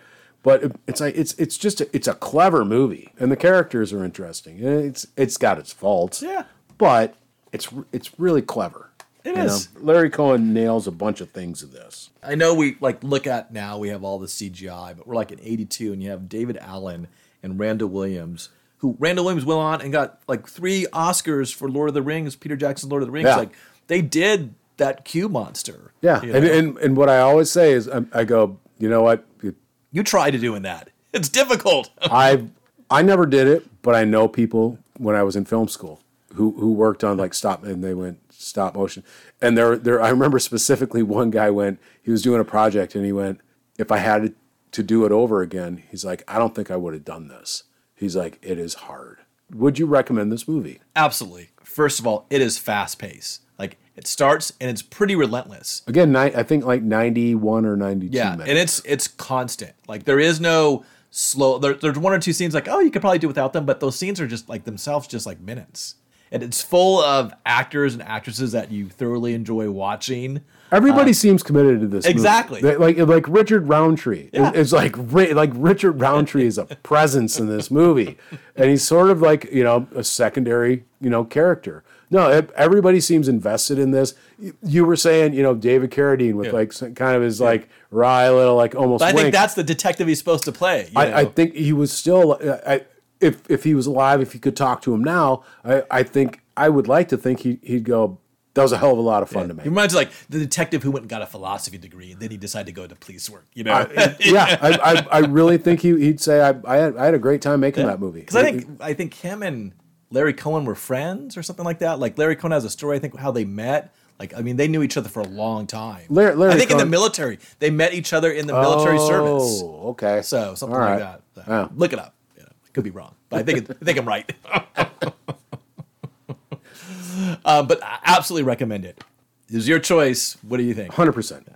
S3: but it- it's like it's it's just a, it's a clever movie and the characters are interesting. It's it's got its faults.
S2: Yeah.
S3: but it's it's really clever.
S2: It
S3: It is.
S2: is.
S3: Larry Cohen nails a bunch of things in this.
S2: I know we like look at now we have all the CGI, but we're like in '82, and you have David Allen and Randall Williams, who Randall Williams went on and got like three Oscars for Lord of the Rings, Peter Jackson's Lord of the Rings.
S3: Yeah.
S2: Like they did that Q monster.
S3: Yeah,
S2: you,
S3: and,
S2: know?
S3: and and what I always say is I, I go, you know what. It,
S2: you try to doing that. [LAUGHS] It's difficult.
S3: I I never did it, but I know people when I was in film school who who worked on like stop and they went stop motion. And there there I remember specifically one guy went he was doing a project and he went if I had to do it over again, he's like I don't think I would have done this. He's like it is hard. Would you recommend this movie?
S2: Absolutely. First of all, it is fast paced. Like it starts and it's pretty relentless.
S3: Again, ni- I think like 91 or 92
S2: Yeah,
S3: minutes.
S2: and it's it's constant. Like there is no slow. There, there's one or two scenes like oh you could probably do without them, but those scenes are just like themselves just like minutes, and it's full of actors and actresses that you thoroughly enjoy watching.
S3: Everybody seems committed to this. movie.
S2: Uh, Exactly.
S3: They- like like Richard Roundtree.
S2: Yeah.
S3: It's like Ri- like Richard Roundtree
S2: [LAUGHS]
S3: is a presence in this movie, and he's sort of like you know a secondary you know character. No, e- everybody seems invested in this. You- You were saying you know David Carradine with
S2: Yeah.
S3: like some kind of his like wry little like almost.
S2: But I think
S3: wink.
S2: that's the detective he's supposed to play. you know?
S3: I, I think he was still. uh, I, I- if if he was alive, if you could talk to him now, I, I think I would like to think he he'd go. That was a hell of a lot of fun to make.
S2: He reminds me like the detective who went and got a philosophy degree and then he decided to go into police work. You know,
S3: yeah, I, I, I really think he, he'd say I, I, had, I had a great time making that movie.
S2: Because I think I think him and Larry Cohen were friends or something like that. Like Larry Cohen has a story, I think, how they met. Like I mean, they knew each other for a long time.
S3: Larry- Larry
S2: I think in
S3: Cohen-
S2: the military, they met each other in the military service.
S3: Oh, okay.
S2: So something
S3: All
S2: like
S3: right.
S2: that. So,
S3: Yeah.
S2: Look it up. You know, could be wrong, but I think it, I think I'm right. [LAUGHS] uh, but I absolutely recommend it. It was your choice. What do you think?
S3: Hundred percent.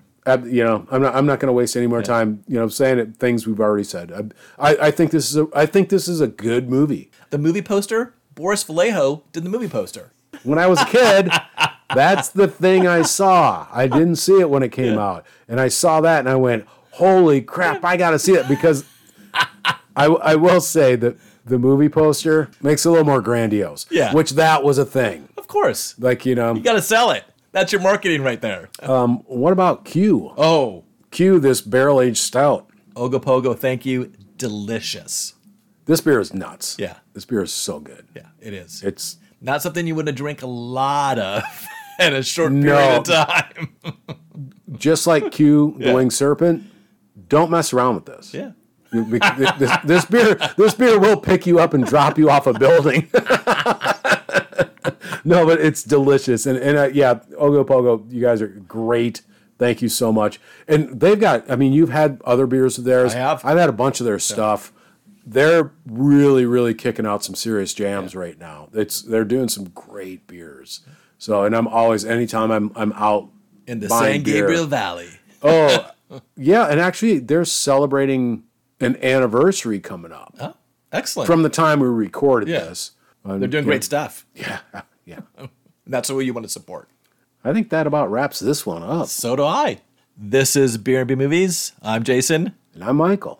S3: You know, I'm not. I'm not going to waste any more time. You know, saying it, things we've already said. I, I, I think this is a. I think this is a good movie.
S2: The movie poster. Boris Vallejo did the movie poster.
S3: When I was a kid, that's the thing I saw. I didn't see it when it came out, and I saw that, and I went, "Holy crap! I got to see it!" Because I, I will say that the movie poster makes it a little more grandiose.
S2: Yeah.
S3: Which that was a thing.
S2: Of course,
S3: Like you know,
S2: you got to sell it. That's your marketing right there.
S3: what about Q?
S2: Oh,
S3: Q, this barrel aged stout.
S2: Ogopogo, thank you. Delicious.
S3: This beer is nuts.
S2: Yeah.
S3: this beer is so good.
S2: Yeah, it is.
S3: It's
S2: Not something you would have drink a lot of [LAUGHS] in a short
S3: No.
S2: period of time.
S3: just like Q, the
S2: Yeah.
S3: Winged Serpent. Don't mess around with this.
S2: Yeah.
S3: You- be- this, this beer, this beer will pick you up and drop you off a building. [LAUGHS] no, but it's delicious, and and uh, yeah, Ogopogo, you guys are great. Thank you so much. And they've got, I mean, you've had other beers of theirs.
S2: I have.
S3: I've had a bunch of their stuff. They're really, really kicking out some serious jams right now. It's they're doing some great beers. So, and I'm always anytime I'm I'm out
S2: In the San
S3: buying beer-
S2: Gabriel Valley.
S3: Oh, yeah, and actually, they're celebrating an anniversary coming up
S2: Huh? Excellent.
S3: from the time we recorded
S2: Yeah.
S3: this.
S2: They're doing great stuff.
S3: [LAUGHS] Yeah,
S2: And that's what you want to support.
S3: I think that about wraps this one up.
S2: So do I. This is Beer and B Movies. I'm Jason.
S3: And I'm Michael.